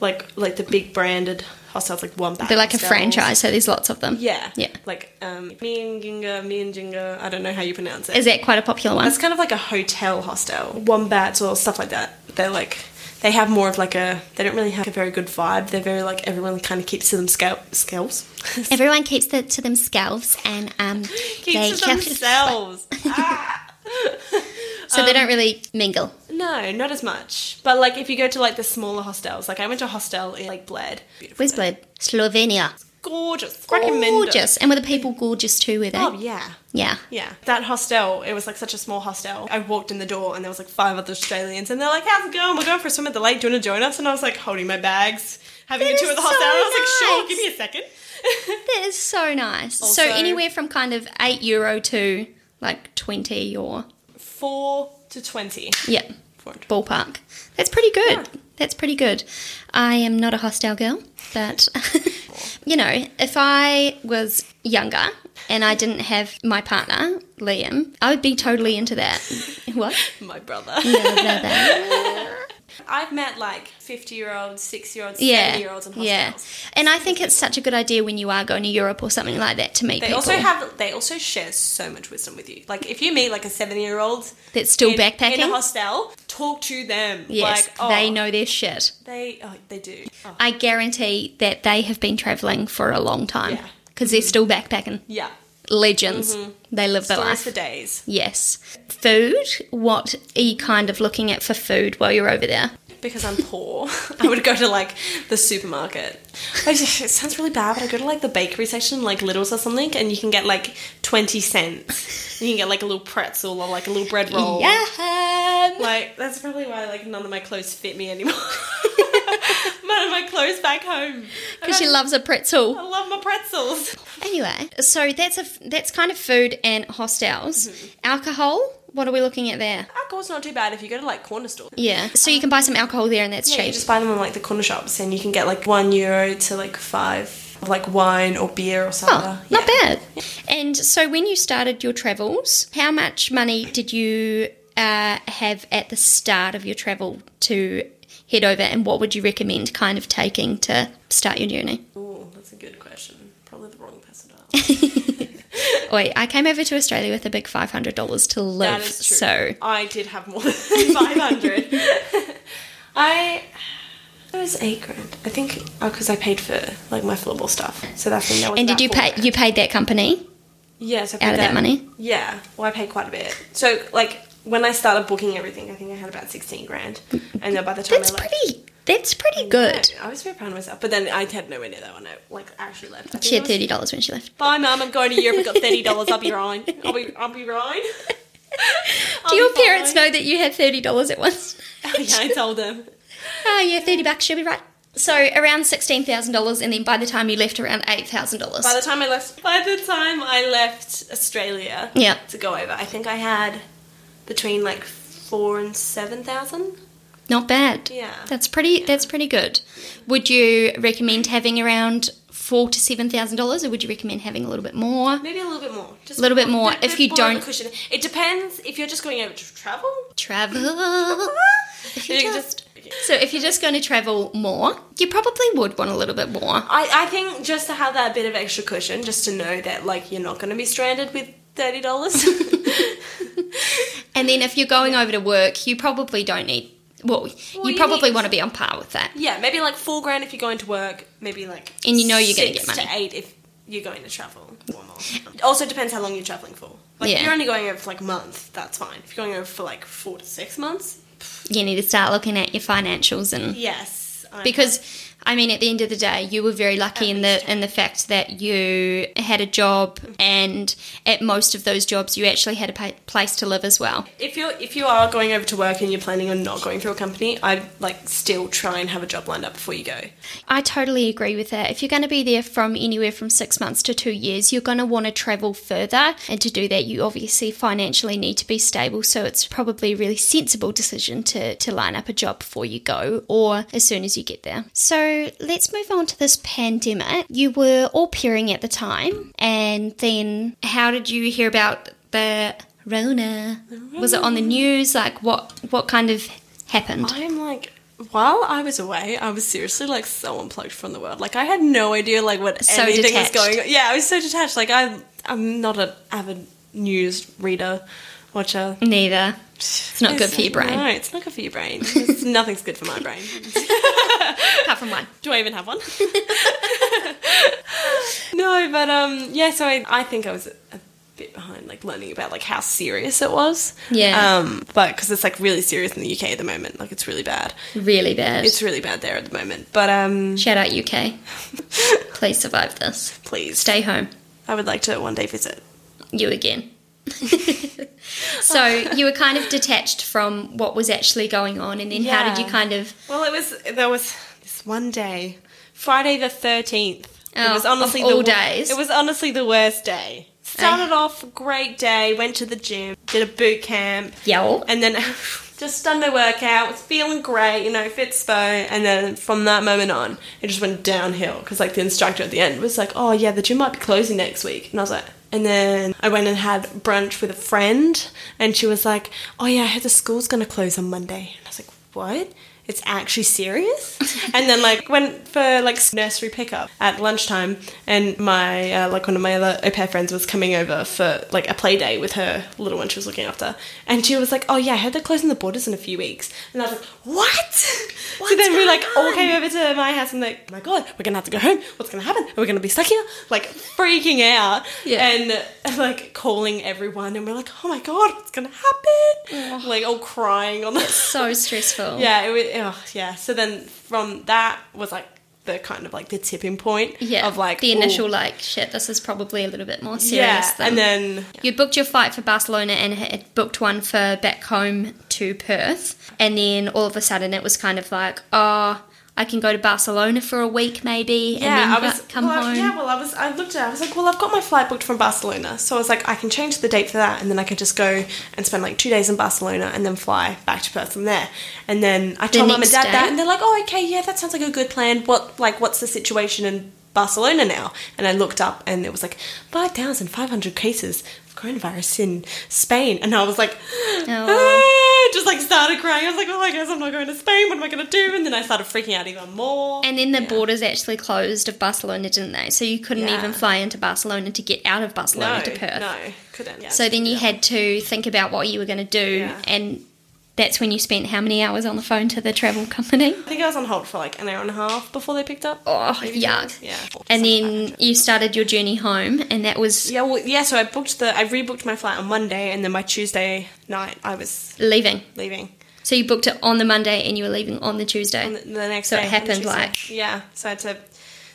Speaker 1: like like the big branded hostels, like one
Speaker 2: They're like a franchise, so there's lots of them.
Speaker 1: Yeah,
Speaker 2: Yeah.
Speaker 1: Like um, Mianjinga, Mianjinga. I don't know how you pronounce it.
Speaker 2: Is that quite a popular one?
Speaker 1: That's kind of like a hotel hostel, wombats or stuff like that. They're like they have more of like a they don't really have a very good vibe. They're very like everyone kind of keeps to them scale, scales.
Speaker 2: Everyone keeps the, to themselves and um,
Speaker 1: keeps to themselves. Um, Ah.
Speaker 2: so they don't really mingle.
Speaker 1: No, not as much. But like if you go to like the smaller hostels, like I went to a hostel in like Bled. Beautiful.
Speaker 2: Where's Bled? Slovenia.
Speaker 1: Gorgeous. Recommend it.
Speaker 2: Gorgeous. And were the people gorgeous too, were they?
Speaker 1: Oh yeah.
Speaker 2: yeah.
Speaker 1: Yeah. That hostel, it was like such a small hostel. I walked in the door and there was like five other Australians and they're like, How's it going? We're going for a swim at the lake. Do you want to join us? And I was like holding my bags, having
Speaker 2: That
Speaker 1: a tour
Speaker 2: is
Speaker 1: of the hostel.
Speaker 2: so
Speaker 1: And I was like, Sure,
Speaker 2: nice.
Speaker 1: give me a second.
Speaker 2: That is so nice.
Speaker 1: Also-
Speaker 2: so anywhere from kind of 8 euro to like 20 or,
Speaker 1: Four to twenty.
Speaker 2: yeah,
Speaker 1: Four to
Speaker 2: ballpark. That's pretty good.
Speaker 1: Yeah.
Speaker 2: That's pretty good. I am not a hostile girl, but you know, if I was younger and I didn't have my partner, Liam, I would be totally into that. What?
Speaker 1: my brother.
Speaker 2: Blah, blah, blah.
Speaker 1: I've met like fifty year olds, six year olds,
Speaker 2: yeah.
Speaker 1: seventy year olds in hostels.
Speaker 2: yeah. And I think it's such a good idea when you are going to Europe or something like that to meet
Speaker 1: They
Speaker 2: people
Speaker 1: also have they also share so much wisdom with you. Like if you meet like a seven year old
Speaker 2: that's still
Speaker 1: in,
Speaker 2: backpacking.
Speaker 1: in a hostel, talk to them.
Speaker 2: yes,
Speaker 1: like, oh,
Speaker 2: they know their shit.
Speaker 1: They oh, they do. Oh,
Speaker 2: I guarantee that they have been traveling for a long time
Speaker 1: Yeah. Mm-hmm.
Speaker 2: because they're still backpacking.
Speaker 1: yeah,
Speaker 2: Legends. They live their
Speaker 1: Mm-hmm. stories
Speaker 2: life.
Speaker 1: for days.
Speaker 2: Yes. Food? What are you kind of looking at for food while you're over there?
Speaker 1: Because I'm poor, I would go to like the supermarket. I just- It sounds really bad, but I go to like the bakery section, like Littles or something, and you can get like twenty cents. And you can get like a little pretzel or like a little bread roll.
Speaker 2: Yum!
Speaker 1: Like that's probably why like none of my clothes fit me anymore. none of my clothes back home.
Speaker 2: Because she
Speaker 1: I
Speaker 2: loves a pretzel.
Speaker 1: love my pretzels.
Speaker 2: Anyway, so that's a f- that's kind of food and hostels.
Speaker 1: Mm-hmm.
Speaker 2: Alcohol? What are we looking at there?
Speaker 1: Alcohol's not too bad if you go to like corner stores.
Speaker 2: Yeah. So you can buy some alcohol there and that's
Speaker 1: Um, Yeah, you
Speaker 2: cheap.
Speaker 1: just buy them in like the corner shops, and you can get like one euro to like five of like wine or beer or something.
Speaker 2: Oh, not bad. And so when you started your travels, how much money did you uh, have at the start of your travel to head over and what would you recommend kind of taking to start your journey?
Speaker 1: Ooh, that's a good question. Probably the wrong person to ask.
Speaker 2: Oi, I came over to Australia with a big five hundred dollars to live.
Speaker 1: that is true.
Speaker 2: So
Speaker 1: I did have more than five hundred. I. It was eight grand, I think, because I paid for like my floorball stuff. So that's when that was
Speaker 2: and did
Speaker 1: about
Speaker 2: you
Speaker 1: four
Speaker 2: pay
Speaker 1: grand.
Speaker 2: you paid that company?
Speaker 1: Yes, I paid
Speaker 2: out of that money?
Speaker 1: Yeah, well, I paid quite a bit. So, like, when I started booking everything, I think I had about sixteen grand, and then by the time
Speaker 2: That's
Speaker 1: I left,
Speaker 2: pretty that's pretty good.
Speaker 1: I was very proud of myself. But then I had nowhere near that when I like actually left. I
Speaker 2: She
Speaker 1: think it
Speaker 2: had
Speaker 1: was-
Speaker 2: thirty dollars when she left.
Speaker 1: Bye, mum. I'm going to Europe. I got thirty dollars. I'll be right. I'll be. I'll be right. I'll
Speaker 2: Do
Speaker 1: be
Speaker 2: your parents
Speaker 1: fine.
Speaker 2: know that you had thirty dollars at once?
Speaker 1: Oh, yeah, I told them.
Speaker 2: Oh yeah, thirty bucks. She'll be right. So around sixteen thousand dollars, and then by the time you left, around eight thousand dollars.
Speaker 1: By the time I left, by the time I left Australia,
Speaker 2: Yeah.
Speaker 1: to go over, I think I had between like four and seven thousand.
Speaker 2: Not bad.
Speaker 1: Yeah.
Speaker 2: that's pretty. That's pretty good. Would you recommend having around four to seven thousand dollars, or would you recommend having a little bit more?
Speaker 1: Maybe a little bit more. Just
Speaker 2: A little bit more, if
Speaker 1: below
Speaker 2: you
Speaker 1: the
Speaker 2: don't-
Speaker 1: cushion. It depends if you're just going out to travel.
Speaker 2: Travel. If you
Speaker 1: You can
Speaker 2: just-
Speaker 1: just-
Speaker 2: so if you're just going to travel more, you probably would want a little bit more.
Speaker 1: I, I think just to have that bit of extra cushion, just to know that like you're not going to be stranded with thirty dollars.
Speaker 2: And then if you're going over to work, you probably don't need. Well, you,
Speaker 1: you
Speaker 2: probably
Speaker 1: need-
Speaker 2: want to be on par with that.
Speaker 1: yeah, maybe like four grand if you're going to work. Maybe like
Speaker 2: And you know you're gonna
Speaker 1: six
Speaker 2: get money.
Speaker 1: to eight if you're going to travel. Or more. Also depends how long you're traveling for. Like
Speaker 2: Yeah.
Speaker 1: if you're only going over for like a month, that's fine. If you're going over for like four to six months,
Speaker 2: You need to start looking at your financials and
Speaker 1: yes, I-
Speaker 2: because I mean at the end of the day you were very lucky in the in the fact that you had a job and at most of those jobs you actually had a pa- place to live as well.
Speaker 1: If you're if you are going over to work and you're planning on not going through a company, I'd like still try and have a job lined up before you go.
Speaker 2: I totally agree with that. If you're going to be there from anywhere from 6 months to 2 years, you're going to want to travel further and to do that you obviously financially need to be stable, so it's probably a really sensible decision to to line up a job before you go or as soon as you get there. So, let's move on to this pandemic. You were all pairing at the time and then how did you hear about the Rona? Was it on the news? Like what what kind of happened?
Speaker 1: I'm like while I was away, I was seriously like so unplugged from the world. Like I had no idea like what
Speaker 2: So
Speaker 1: anything
Speaker 2: detached.
Speaker 1: was going on. Yeah, I was so detached. Like I I'm not an avid news reader, watcher.
Speaker 2: Neither. It's not good for your brain.
Speaker 1: No, it's not good for your brain. It's- nothing's good for my brain.
Speaker 2: Apart from one.
Speaker 1: Do I even have one? no, but um yeah, so I, I think I was a bit behind, like learning about like how serious it was.
Speaker 2: Yeah.
Speaker 1: Um, but because it's like really serious in the UK at the moment, like it's really bad.
Speaker 2: Really bad.
Speaker 1: It's really bad there at the moment. But um,
Speaker 2: Shout out UK. Please survive this.
Speaker 1: please,
Speaker 2: Stay home.
Speaker 1: I would like to one day visit.
Speaker 2: You again. so you were kind of detached from what was actually going on, and then how did
Speaker 1: Yeah.
Speaker 2: you kind of?
Speaker 1: Well, it was there was this one day, Friday the thirteenth.
Speaker 2: Oh,
Speaker 1: it was honestly
Speaker 2: of
Speaker 1: the
Speaker 2: all
Speaker 1: wo-
Speaker 2: days.
Speaker 1: It was honestly the worst day. Started off a great day. Went to the gym, did a boot camp,
Speaker 2: Yo.
Speaker 1: and then just done my workout. Was feeling great, you know, fit spo. And then from that moment on, it just went downhill because like the instructor at the end was like, "Oh yeah, the gym might be closing next week," and I was like. And then I went and had brunch with a friend, and she was like, "Oh yeah, I heard the school's gonna close on Monday." And I was like, "What? It's actually serious?" and then like went for like nursery pickup at lunchtime, and my uh, like one of my other au pair friends was coming over for like a play day with her little one she was looking after, and she was like, "Oh yeah, I heard they're closing the borders in a few weeks," and I was like, "What?" so then we like
Speaker 2: going
Speaker 1: all
Speaker 2: on?
Speaker 1: came over to my house and like, oh my god, we're gonna have to go home. What's gonna happen? Are we gonna be stuck here? Like freaking out
Speaker 2: Yeah.
Speaker 1: and uh, like calling everyone, and we're like, oh my god, what's gonna happen? Like all crying on the
Speaker 2: So stressful.
Speaker 1: yeah, it was oh, yeah. So then from that was like the kind of like the tipping point
Speaker 2: Yeah.
Speaker 1: of like
Speaker 2: the
Speaker 1: ooh,
Speaker 2: initial like shit. This is probably a little bit more serious.
Speaker 1: yeah,
Speaker 2: than-
Speaker 1: and then
Speaker 2: You booked your flight for Barcelona and had booked one for back home to Perth. And then all of a sudden it was kind of like, oh, I can go to Barcelona for a week maybe and
Speaker 1: yeah,
Speaker 2: then
Speaker 1: I was
Speaker 2: bu- come
Speaker 1: well, I-
Speaker 2: home.
Speaker 1: yeah, well, I was. I looked at. it, I was like, well, I've got my flight booked from Barcelona, so I was like, I can change the date for that, and then I could just go and spend like two days in Barcelona, and then fly back to Perth from there. And then I told mum and
Speaker 2: next
Speaker 1: dad
Speaker 2: day?
Speaker 1: that, and they're like, oh, okay, yeah, that sounds like a good plan. What like what's the situation in Barcelona now? And I looked up, and it was like five thousand five hundred cases of coronavirus in Spain, and I was like.
Speaker 2: Oh.
Speaker 1: "Ah," Just like started crying. I was like, "Oh my gosh, I'm not going to Spain. What am I going to do?" And then I started freaking out even more.
Speaker 2: And then the borders actually closed of Barcelona, didn't they? So you couldn't
Speaker 1: Yeah.
Speaker 2: even fly into Barcelona to get out of Barcelona
Speaker 1: no,
Speaker 2: to Perth.
Speaker 1: no, couldn't. Yeah,
Speaker 2: So then you had to think about what you were going to do.
Speaker 1: Yeah.
Speaker 2: And that's when you spent how many hours on the phone to the travel company?
Speaker 1: I think I was on hold for like an hour and a half before they picked up.
Speaker 2: Oh,
Speaker 1: Maybe two
Speaker 2: yuck.
Speaker 1: hours. Yeah.
Speaker 2: And then you started your journey home, and that was
Speaker 1: Yeah, well, yeah. So I booked the, I rebooked my flight on Monday, and then by Tuesday night I was
Speaker 2: leaving.
Speaker 1: leaving.
Speaker 2: So you booked it on the Monday and you were leaving on the Tuesday.
Speaker 1: And the, the next
Speaker 2: So it
Speaker 1: day, on
Speaker 2: happened,
Speaker 1: Tuesday.
Speaker 2: like-
Speaker 1: yeah. So I had to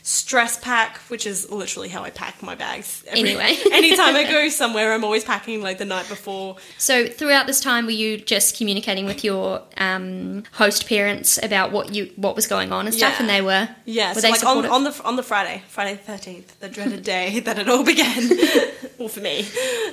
Speaker 1: stress pack, which is literally how I pack my bags.
Speaker 2: Anyway.
Speaker 1: anytime I go somewhere, I'm always packing like the night before.
Speaker 2: so throughout this time, were you just communicating with your um, host parents about what you what was going on and stuff?
Speaker 1: Yeah.
Speaker 2: And they were
Speaker 1: Yeah,
Speaker 2: were
Speaker 1: so
Speaker 2: they
Speaker 1: like on,
Speaker 2: supportive?
Speaker 1: on the on the Friday, Friday the thirteenth, the dreaded day that it all began. well, for me,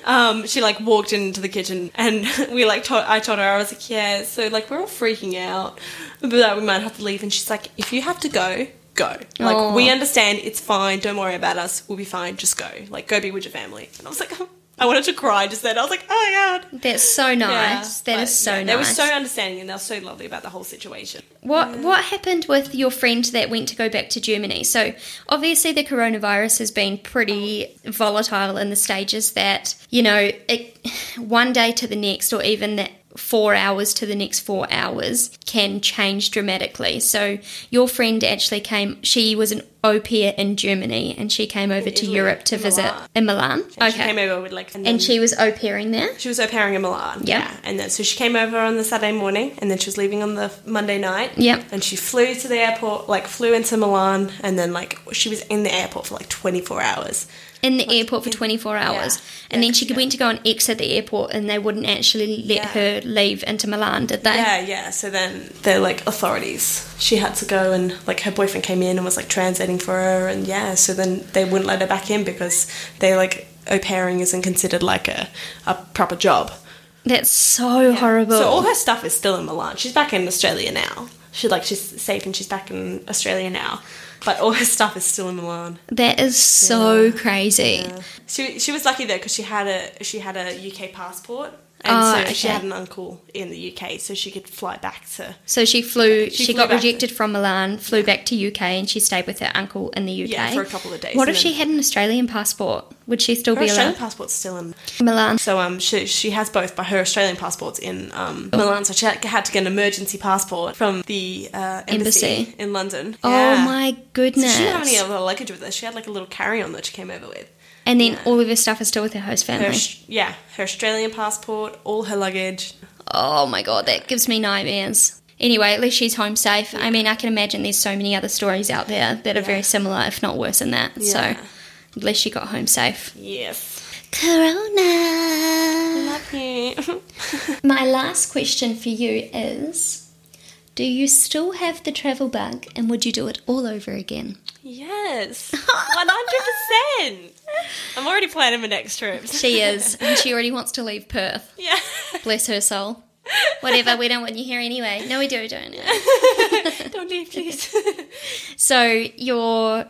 Speaker 1: um, she like walked into the kitchen and we like told I told her I was like, yeah, so like we're all freaking out, but that we might have to leave. And she's like, if you have to go, go. Like
Speaker 2: Aw.
Speaker 1: we understand, it's fine. Don't worry about us. We'll be fine. Just go. Like go be with your family. And I was like, I wanted to cry just then. I was like, oh my god.
Speaker 2: That's so nice.
Speaker 1: Yeah,
Speaker 2: that
Speaker 1: but,
Speaker 2: is so
Speaker 1: yeah,
Speaker 2: nice.
Speaker 1: They were so understanding and they were so lovely about the whole situation.
Speaker 2: What what happened with your friend that went to go back to Germany? So obviously the coronavirus has been pretty volatile in the stages that you know it, one day to the next, or even that four hours to the next four hours can change dramatically. So your friend actually came. She was an au pair in Germany, and she came over to
Speaker 1: Italy,
Speaker 2: Europe to
Speaker 1: in
Speaker 2: visit
Speaker 1: Milan.
Speaker 2: in Milan.
Speaker 1: And She
Speaker 2: okay,
Speaker 1: came over with like
Speaker 2: and she was au pairing there.
Speaker 1: She was au pairing in Milan.
Speaker 2: Yeah.
Speaker 1: And then so she came over on the Saturday morning and then she was leaving on the f- Monday night.
Speaker 2: Yep.
Speaker 1: And she flew to the airport, like flew into Milan and then like she was in the airport for like 24 hours.
Speaker 2: in the airport for 24 hours and then she went to go and exit the airport and they wouldn't actually let
Speaker 1: Yeah.
Speaker 2: her leave into milan did they
Speaker 1: Yeah, yeah. So then the like authorities, she had to go and like her boyfriend came in and was like translating for her and yeah, so then they wouldn't let her back in because they like au pairing isn't considered like a, a proper job.
Speaker 2: that's so horrible
Speaker 1: So all her stuff is still in Milan. She's back in Australia now. She like she's safe and she's back in Australia now. But all her stuff is still in Milan.
Speaker 2: that is so crazy
Speaker 1: She she was lucky though because she had a she had a UK passport and
Speaker 2: Oh,
Speaker 1: so
Speaker 2: okay.
Speaker 1: she had an uncle in the UK, so she could fly back to
Speaker 2: so she flew she,
Speaker 1: She flew
Speaker 2: got
Speaker 1: back to-
Speaker 2: rejected from milan flew back to uk and she stayed with her uncle in the uk
Speaker 1: Yeah, for a couple of days
Speaker 2: what
Speaker 1: and
Speaker 2: if she had an australian passport would she still
Speaker 1: her
Speaker 2: be
Speaker 1: Australian
Speaker 2: allowed
Speaker 1: passport's still in.
Speaker 2: milan
Speaker 1: So um she she has both, but her Australian passport's in um Milan, so she had had to get an emergency passport from the uh, embassy,
Speaker 2: Embassy.
Speaker 1: in London.
Speaker 2: oh
Speaker 1: Yeah.
Speaker 2: my
Speaker 1: So
Speaker 2: goodness
Speaker 1: she didn't have any other luggage with her. She had like a little carry on that she came over with.
Speaker 2: And then all of her stuff is still with her host family.
Speaker 1: Her, Aus- yeah, her Australian passport, all her luggage.
Speaker 2: Oh my god, that gives me nightmares. Anyway, at least she's home safe. I mean, I can imagine there's so many other stories out there that are very similar, if not worse than that. So,
Speaker 1: Yeah.
Speaker 2: at least she got home safe.
Speaker 1: Yes.
Speaker 2: Corona!
Speaker 1: Love you.
Speaker 2: My last question for you is Do you still have the travel bug and would you do it all over again?
Speaker 1: yes. 100%. I'm already planning my next trip.
Speaker 2: She is, and she already wants to leave Perth.
Speaker 1: Yeah.
Speaker 2: Bless her soul. Whatever, we don't want you here anyway. No, we do, don't we?
Speaker 1: Don't leave, please.
Speaker 2: So you're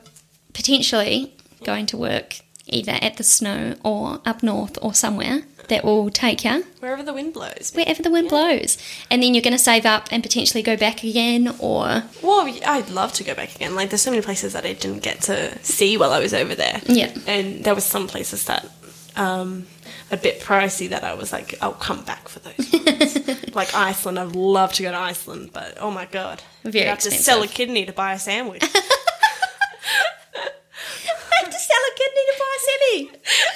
Speaker 2: potentially going to work either at the snow or up north or somewhere that will take you
Speaker 1: Wherever the wind blows.
Speaker 2: wherever the wind blows. And then you're going to save up and potentially go back again or.
Speaker 1: Well, I'd love to go back again. Like, there's so many places that I didn't get to see while I was over there.
Speaker 2: Yeah.
Speaker 1: And there was some places that um, a bit pricey that I was like, I'll come back for those. ones. like Iceland, I'd love to go to Iceland, but oh my god,
Speaker 2: Very
Speaker 1: You'd have to
Speaker 2: expensive.
Speaker 1: sell a kidney to buy a sandwich.
Speaker 2: I have to sell a kidney to buy a Sammy.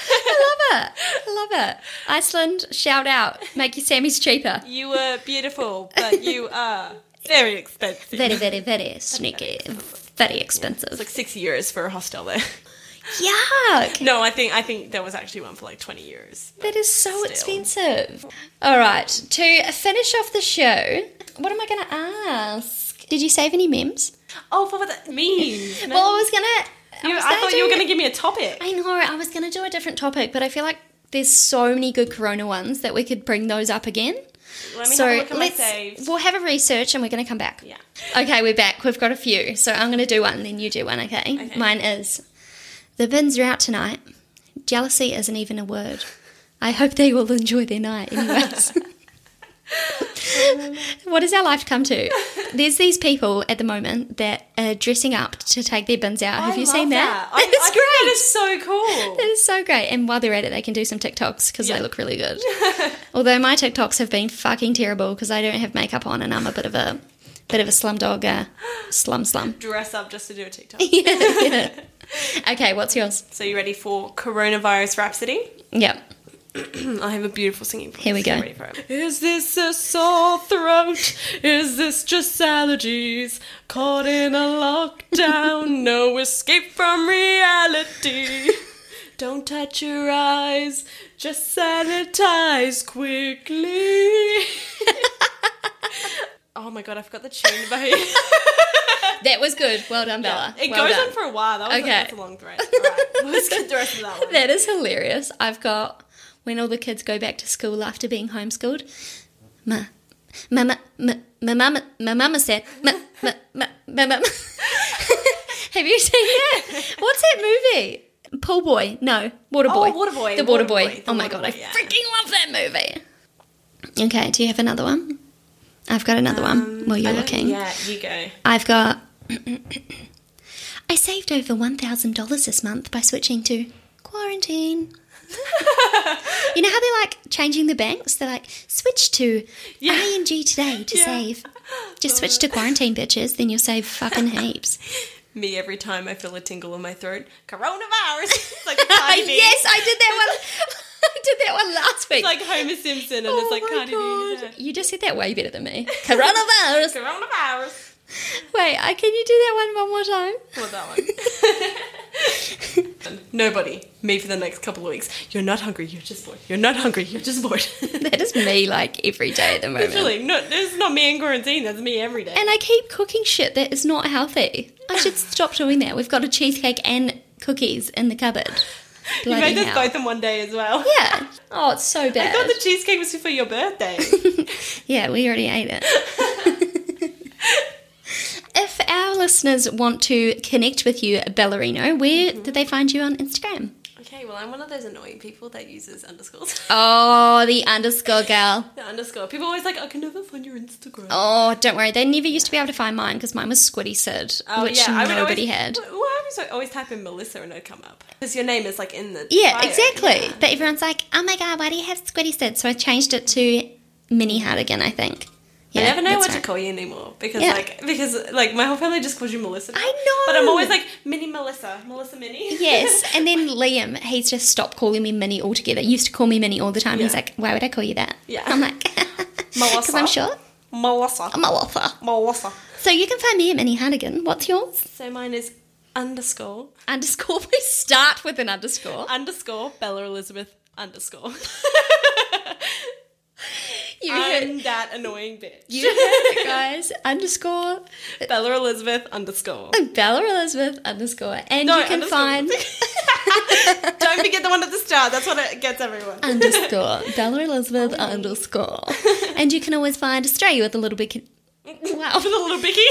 Speaker 2: I love it. I love it. Iceland, shout out. Make your Sammys cheaper.
Speaker 1: you were beautiful, but you are very expensive.
Speaker 2: Very, very, very sneaky. Very expensive.
Speaker 1: Like six euros for a hostel there.
Speaker 2: Yuck.
Speaker 1: No, I think I think there was actually one for like twenty euros.
Speaker 2: That is so
Speaker 1: Still.
Speaker 2: expensive. All right, to finish off the show, what am I going to ask? Did you save any memes?
Speaker 1: Oh, what would that mean? No.
Speaker 2: Well, I was going to.
Speaker 1: You- I thought you were going to give me a topic.
Speaker 2: I know, I was going to do a different topic, but I feel like there's so many good Corona ones that we could bring those up again.
Speaker 1: Let me
Speaker 2: so
Speaker 1: have a look at
Speaker 2: let's.
Speaker 1: my saves.
Speaker 2: We'll have a research and we're going to come back.
Speaker 1: Yeah.
Speaker 2: Okay, we're back. We've got a few. So I'm going to do one, then you do one, okay?
Speaker 1: Okay.
Speaker 2: Mine is The bins are out tonight. Jealousy isn't even a word. I hope they will enjoy their night, anyways. what does our life come to? There's these people at the moment that are dressing up to take their bins out. Have
Speaker 1: I
Speaker 2: you
Speaker 1: love
Speaker 2: seen that?
Speaker 1: I, I
Speaker 2: It's
Speaker 1: think
Speaker 2: great.
Speaker 1: that is so cool.
Speaker 2: That is so great. And while they're at it, they can do some TikToks because
Speaker 1: Yeah.
Speaker 2: they look really good. Although my TikToks have been fucking terrible because I don't have makeup on and I'm a bit of a bit of a slum dog, uh, slum slum.
Speaker 1: Dress up just to do a TikTok.
Speaker 2: Okay, what's yours?
Speaker 1: so you ready for coronavirus rhapsody?
Speaker 2: Yep.
Speaker 1: I have a beautiful singing voice.
Speaker 2: Here we go.
Speaker 1: You ready for it? Is this a sore throat? Is this just allergies? Caught in a lockdown, no escape from reality. Don't touch your eyes, just sanitize quickly. oh my god, I forgot the tune by
Speaker 2: That was good. Well done, Bella.
Speaker 1: It
Speaker 2: Well
Speaker 1: goes
Speaker 2: done.
Speaker 1: on for a while. That was
Speaker 2: Okay.
Speaker 1: a, that's a long thread. All right, let's get the rest of that one.
Speaker 2: That is hilarious. I've got when all the kids go back to school after being homeschooled. Ma, ma, ma, ma, ma, mama, ma, mama said, ma, ma, ma, ma, ma. Have you seen that? What's that movie? Pool Boy. No, Water Boy.
Speaker 1: Oh, Waterboy,
Speaker 2: The Water Boy.
Speaker 1: Waterboy, the
Speaker 2: Oh my
Speaker 1: Waterboy,
Speaker 2: god, I
Speaker 1: yeah.
Speaker 2: freaking love that movie. Okay, do you have another one? I've got another one while
Speaker 1: I
Speaker 2: you're
Speaker 1: don't-
Speaker 2: looking.
Speaker 1: Yeah, you go.
Speaker 2: I've got. I saved over $1,000 this month by switching to quarantine. you know how they're like changing the banks? They're like, switch to
Speaker 1: Yeah.
Speaker 2: ING today to
Speaker 1: Yeah.
Speaker 2: save. Just switch to quarantine, bitches, then you'll save fucking heaps.
Speaker 1: Me every time I feel a tingle in my throat. Coronavirus. It's like tiny.
Speaker 2: yes, I did that one. I did that one last week. Oh
Speaker 1: It's like Homer Simpson, and it's like Cardi B. yeah.
Speaker 2: You just said that way better than me. Coronavirus.
Speaker 1: Coronavirus.
Speaker 2: Wait, I, can you do that one one more time?
Speaker 1: What that one? Nobody. Me for the next couple of weeks. You're not hungry. You're just bored. You're not hungry. You're just bored.
Speaker 2: That is me like every day at the moment.
Speaker 1: Literally, no, this is not me in quarantine. That's me every day.
Speaker 2: And I keep cooking shit that is not healthy. I should stop doing that. We've got a cheesecake and cookies in the cupboard.
Speaker 1: you
Speaker 2: Bloody
Speaker 1: made us
Speaker 2: hell.
Speaker 1: both in one day as well.
Speaker 2: Yeah. Oh, it's so
Speaker 1: I
Speaker 2: bad.
Speaker 1: thought the cheesecake was for your birthday.
Speaker 2: yeah, we already ate it. if our listeners want to connect with you, Ballerino, where
Speaker 1: Mm-hmm.
Speaker 2: did they find you on Instagram?
Speaker 1: okay, well, I'm one of those annoying people that uses underscores.
Speaker 2: Oh, the underscore girl.
Speaker 1: The underscore. People always like, I can never find your Instagram.
Speaker 2: Oh, don't worry. They never used to be able to find mine because mine was Squiddy Sid,
Speaker 1: Oh,
Speaker 2: which
Speaker 1: I would
Speaker 2: nobody
Speaker 1: always,
Speaker 2: had.
Speaker 1: Well, I always, always type in Melissa and it'd come up because your name is like in the
Speaker 2: Yeah,
Speaker 1: bio.
Speaker 2: exactly.
Speaker 1: Yeah.
Speaker 2: But everyone's like, oh my god, why do you have squiddy said? So I changed it to mini Hardigan, I think.
Speaker 1: I
Speaker 2: Yeah,
Speaker 1: never know
Speaker 2: that's
Speaker 1: what to
Speaker 2: right.
Speaker 1: call you anymore because
Speaker 2: Yeah.
Speaker 1: like because like my whole family just calls you Melissa. now.
Speaker 2: I know.
Speaker 1: but I'm always like Mini Melissa, Melissa Mini.
Speaker 2: Yes, and then Liam, he's just stopped calling me Minnie altogether. He used to call me Minnie all the time. He's
Speaker 1: Yeah.
Speaker 2: like, why would I call you that?
Speaker 1: Yeah.
Speaker 2: I'm like, because I'm
Speaker 1: Melissa.
Speaker 2: short.
Speaker 1: Melissa,
Speaker 2: I'm a whopper.
Speaker 1: Melissa.
Speaker 2: So you can find me at Minnie Hannigan. What's yours?
Speaker 1: So mine is underscore
Speaker 2: Underscore. We start with an underscore.
Speaker 1: underscore Bella Elizabeth underscore.
Speaker 2: You heard,
Speaker 1: I'm that annoying bitch.
Speaker 2: you heard it, guys. underscore.
Speaker 1: Bella Elizabeth underscore.
Speaker 2: Bella Elizabeth underscore. And
Speaker 1: No,
Speaker 2: you can
Speaker 1: underscore.
Speaker 2: find
Speaker 1: Don't forget the one at the start. That's what it gets everyone.
Speaker 2: underscore. Bella Elizabeth underscore. And you can always find Australia with a little bit. Wow.
Speaker 1: with a little bicky.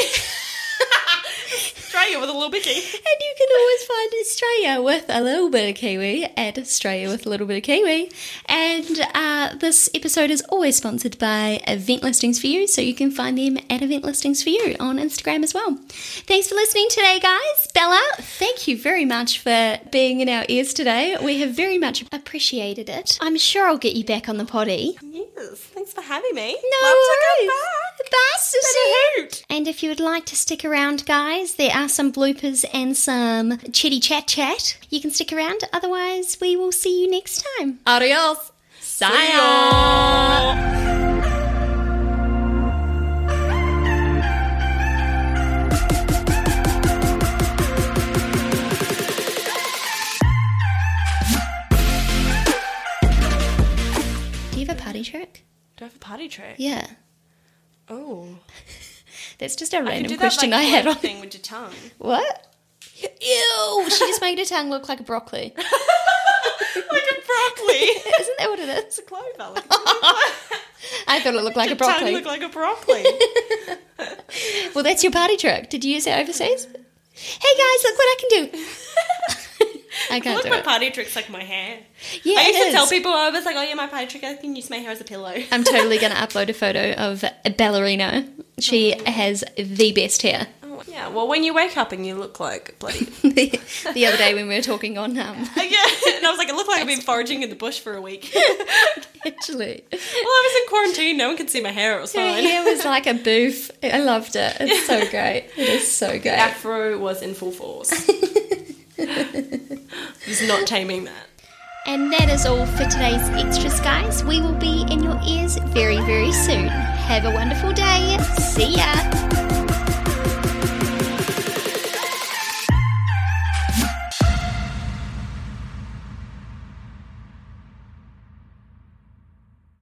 Speaker 1: Australia with a little bicky.
Speaker 2: And you can always find Australia with a little bit of Kiwi at Australia with a little bit of Kiwi. And uh, this episode is always sponsored by Event Listings for You, so you can find them at Event Listings for You on Instagram as well. Thanks for listening today, guys. Bella, thank you very much for being in our ears today. We have very much appreciated it. I'm sure I'll get you back on the potty.
Speaker 1: Yes, thanks for having me.
Speaker 2: No
Speaker 1: Love to
Speaker 2: worries.
Speaker 1: come back.
Speaker 2: Bye, Susie.
Speaker 1: Been a hoot.
Speaker 2: And if you would like to stick around, guys, there are some bloopers and some chitty chat chat. You can stick around, otherwise, we will see you next time. Adios.
Speaker 1: Sayonara.
Speaker 2: Do you have a party trick?
Speaker 1: Do I have a party trick?
Speaker 2: Yeah.
Speaker 1: Oh.
Speaker 2: That's just a
Speaker 1: You
Speaker 2: random
Speaker 1: do that,
Speaker 2: question
Speaker 1: like,
Speaker 2: I had
Speaker 1: flip
Speaker 2: on.
Speaker 1: thing with your tongue.
Speaker 2: What? Ew! She just made her tongue look like a broccoli.
Speaker 1: like a broccoli.
Speaker 2: Isn't that what it is?
Speaker 1: it's a clover. Like,
Speaker 2: I thought it looked like a
Speaker 1: your
Speaker 2: broccoli.
Speaker 1: tongue look like a broccoli.
Speaker 2: Well, that's your party trick. Did you use it overseas? Hey guys, look what I can do. I
Speaker 1: I
Speaker 2: can't
Speaker 1: look
Speaker 2: do
Speaker 1: my
Speaker 2: it.
Speaker 1: party trick's like my hair.
Speaker 2: Yeah,
Speaker 1: I
Speaker 2: it
Speaker 1: used to tell
Speaker 2: is.
Speaker 1: people I was like, oh yeah, my party trick. I can use my hair as a pillow.
Speaker 2: I'm totally going to upload a photo of a ballerina. She has the best hair.
Speaker 1: Oh, yeah. Well, when you wake up and you look like bloody
Speaker 2: the the other day when we were talking on um,
Speaker 1: yeah, and I was like, it looked like I've been foraging in the bush for a week. well,
Speaker 2: actually,
Speaker 1: I was in quarantine. No one could see my hair. It was
Speaker 2: her
Speaker 1: fine.
Speaker 2: hair was like a boof. I loved it. It's so great. It is so great.
Speaker 1: Afro was in full force. He's not taming that.
Speaker 2: And that is all for today's extras, guys. We will be in your ears very, very soon. Have a wonderful day. See ya.